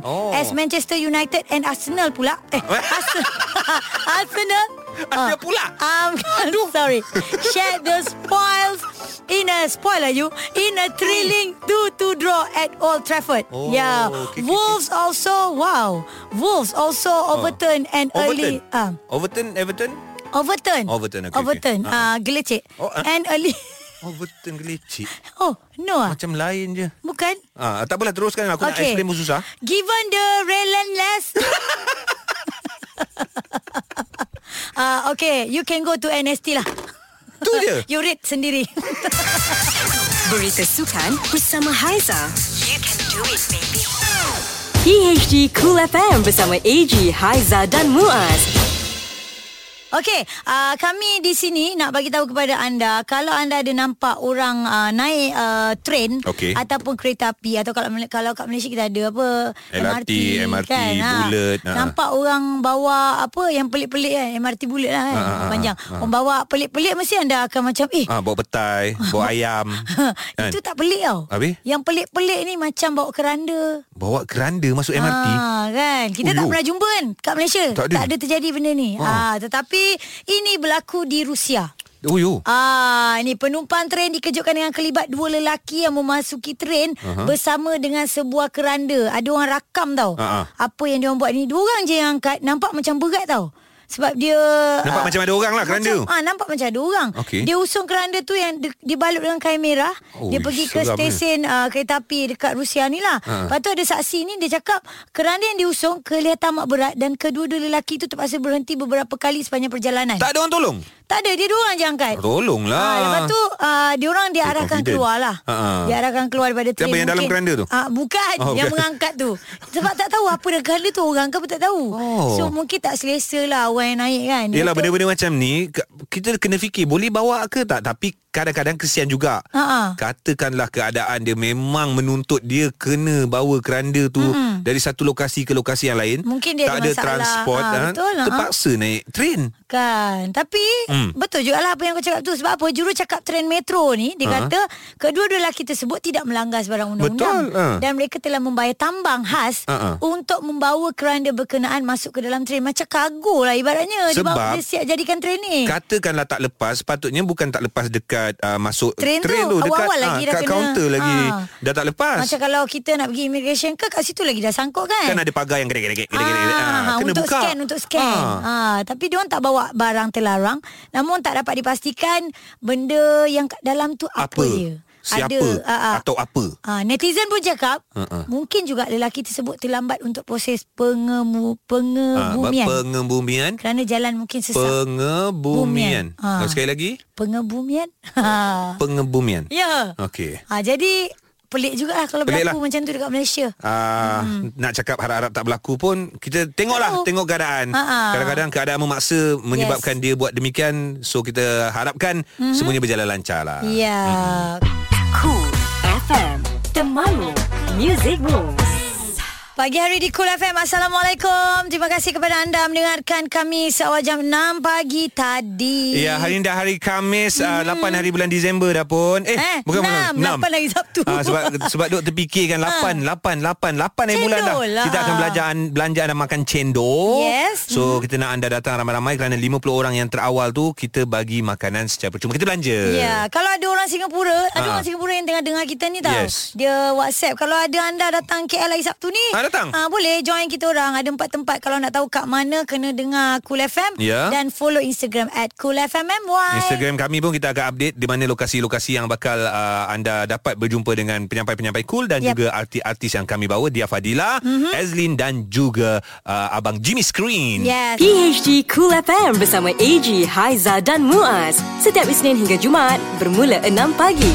C: 3-1. Oh.
A: As Manchester United And Arsenal pula
C: [LAUGHS]
A: Eh Arsenal [LAUGHS] Arsenal
C: Ada pula.
A: Um, Aduh. [LAUGHS] sorry. Share the spoils in a spoiler you in a thrilling 2-2 draw at Old Trafford.
C: Oh,
A: yeah.
C: okay, Ah. okay,
A: Wolves also wow. Wolves also overturned an early
C: Overton.
A: um,
C: Overton, Everton.
A: overturn.
C: Overturn, okay,
A: Overturn.
C: okay.
A: Uh, gelecek.
C: Oh, ah.
A: An early [LAUGHS]
C: Overton gelicik.
A: Oh, no. ah.
C: Macam lain je.
A: Bukan.
C: Ah, tak apalah teruskan aku okay. nak
A: Okay.
C: explain pun susah.
A: Given the
C: [LAUGHS]
A: relentless Uh, okay, you can go to NST lah.
C: Tu je.
A: [LAUGHS] You read sendiri.
B: Berita sukan bersama Haiza. You can do it, baby. PHD Cool FM bersama AG, Haiza dan Muaz.
A: Okey, uh, kami di sini nak bagi tahu kepada anda kalau anda ada nampak orang uh, naik uh, train
C: Okey.
A: ataupun kereta api atau kalau kalau kat Malaysia kita ada apa
C: LRT, MRT,
A: ha.
C: bullet, ha.
A: nampak orang bawa apa yang pelik-pelik kan MRT bullet lah kan
C: Ha, ha, ha,
A: panjang
C: ha.
A: orang bawa pelik-pelik mesti anda akan macam eh
C: Ah, bawa
A: [LAUGHS]
C: petai, bawa ayam. [LAUGHS] kan?
A: itu tak pelik tau
C: Habis?
A: yang pelik-pelik ni macam bawa keranda
C: Bawa keranda masuk MRT.
A: Ah, kan. Kita tak
C: Ulu.
A: pernah jumpa kan kat Malaysia.
C: Tak ada.
A: tak ada terjadi benda ni. Ah.
C: Ah.
A: tetapi ini berlaku di Rusia.
C: Oh yo.
A: Ah, ini penumpang tren dikejutkan dengan kelibat dua lelaki yang memasuki tren uh-huh. bersama dengan sebuah keranda. Ada orang rakam tau.
C: Ha, ha.
A: Apa yang dia buat ni? Dua orang je yang angkat. Nampak macam berat tau. Sebab dia ah,
C: Nampak macam ada orang lah keranda tu.
A: macam, ah, Nampak macam ada orang
C: Okey.
A: Dia usung keranda tu Yang di, dibalut dengan kain merah
C: Oh,
A: Dia pergi ke
C: seramnya.
A: stesen uh, Kereta api Dekat Rusia ni lah
C: Ha.
A: Lepas tu ada saksi ni Dia cakap Keranda yang diusung Kelihatan amat berat Dan kedua-dua lelaki tu Terpaksa berhenti Beberapa kali sepanjang perjalanan
C: Tak ada orang tolong.
A: tak ada, dia dua orang je angkat.
C: Tolonglah.
A: Ah, lepas tu uh, dia orang diarahkan
C: confident.
A: keluar lah.
C: Ha, ha.
A: Diarahkan keluar daripada
C: Siapa
A: train.
C: yang dalam
A: mungkin.
C: keranda tu?
A: Ah, bukan
C: Oh,
A: oh, yang
C: bukan.
A: mengangkat tu. Sebab tak tahu apa dah keranda tu orang ke apa tak tahu.
C: Oh.
A: So mungkin tak selesa lah orang yang naik kan.
C: Yelah
A: Lepas tu-
C: benda-benda macam ni ke- Kita kena fikir Boleh bawa ke tak Tapi kadang-kadang kesian juga
A: Ha-ha.
C: Katakanlah keadaan dia Memang menuntut dia Kena bawa keranda tu mm-hmm. Dari satu lokasi ke lokasi yang lain
A: Mungkin dia
C: Tak
A: ada
C: ada
A: masalah.
C: transport
A: Ha, betul lah.
C: Terpaksa naik train
A: Kan Tapi
C: Hmm.
A: hmm. Betul jugalah apa yang kau cakap tu Sebab apa Juru cakap tren metro ni Dia
C: Ha.
A: kata Kedua-dua lelaki tersebut Tidak melanggar sebarang undang-undang
C: Betul, ha.
A: Dan mereka telah membayar tambang khas
C: Ha, ha.
A: Untuk membawa keranda berkenaan Masuk ke dalam tren Macam kargo lah ibaratnya Dia
C: Sebab-
A: bawa- Dia siap jadikan tren ni
C: Katakanlah tak lepas Patutnya bukan tak lepas dekat uh, Masuk
A: Train tu,
C: tu Dekat,
A: awal-awal lagi dah
C: kat
A: kena.
C: kaunter lagi
A: Ha.
C: Dah tak lepas
A: Macam kalau kita nak pergi immigration ke Kat situ lagi dah sangkut kan
C: Kan ada pagar yang gedek-gedek
A: Ah,
C: Kena
A: untuk
C: buka
A: scan untuk scan.
C: Ah.
A: Ha. Ah, tapi dia orang tak bawa barang terlarang namun tak dapat dipastikan benda yang kat dalam tu apa,
C: Apa
A: dia.
C: Siapa
A: ah, ah.
C: Atau apa
A: Ah, netizen pun cakap
C: Ha, ha.
A: mungkin juga lelaki tersebut terlambat untuk proses pengemu pengebumian
C: Ah, Pengebumian
A: kerana jalan mungkin sesak.
C: Pengebumian.
A: Bumian. Ha.
C: Ha. Sekali lagi,
A: pengebumian. [LAUGHS] Ha.
C: pengebumian.
A: Ya.
C: Okey.
A: Ah, jadi pelik jugalah kalau
C: Pelik
A: berlaku
C: lah.
A: macam tu dekat Malaysia.
C: Uh, hmm. Nak cakap harap-harap tak berlaku pun Kita tengoklah
A: Tahu.
C: Tengok keadaan
A: Ha-ha.
C: Kadang-kadang keadaan memaksa Menyebabkan yes. dia buat demikian So kita harapkan
A: Mhm.
C: mm-hmm. Semuanya berjalan lancar lah
A: Ya.
B: Cool FM Temanmu Music Rules
A: Pagi hari di Cool FM Assalamualaikum Terima kasih kepada anda Mendengarkan kami Seawal jam 6 pagi tadi
C: Ya, hari ni dah hari Khamis hmm. 8 hari bulan Disember dah pun Eh,
A: Eh,
C: bukan
A: enam.
C: bukan,
A: Lapan hari Sabtu.
C: Ah, Sebab sebab duk terfikirkan 8, 8, 8 8 hari bulan
A: Ah.
C: dah
A: Cendol lah.
C: Kita akan belanjaan, belanjaan dan makan cendol
A: Yes.
C: So, kita nak anda datang ramai-ramai Kerana 50 orang yang terawal tu Kita bagi makanan secara percuma Kita belanja
A: [LAUGHS] Ya, kalau ada orang Singapura, ada
C: Ha.
A: orang Singapura yang tengah dengar kita ni tau.
C: Yes.
A: Dia WhatsApp. Kalau ada anda datang KL hari Sabtu ni,
C: Ha, datang.
A: ah, boleh join kita orang. Ada empat tempat kalau nak tahu kat mana kena dengar Cool FM
C: Ya.
A: dan follow Instagram at Cool FM MY.
C: Instagram kami pun kita akan update di mana lokasi-lokasi yang bakal uh, anda dapat berjumpa dengan penyampai-penyampai cool dan
A: Yap.
C: juga artis-artis yang kami bawa Dia Fadila,
A: Mhm.
C: mm-hmm. Azlin dan juga uh, abang Jimmy Screen.
A: Yes.
B: PHD Cool FM bersama AG, Haiza dan Muaz. Setiap Isnin hingga Jumaat bermula 6 pagi.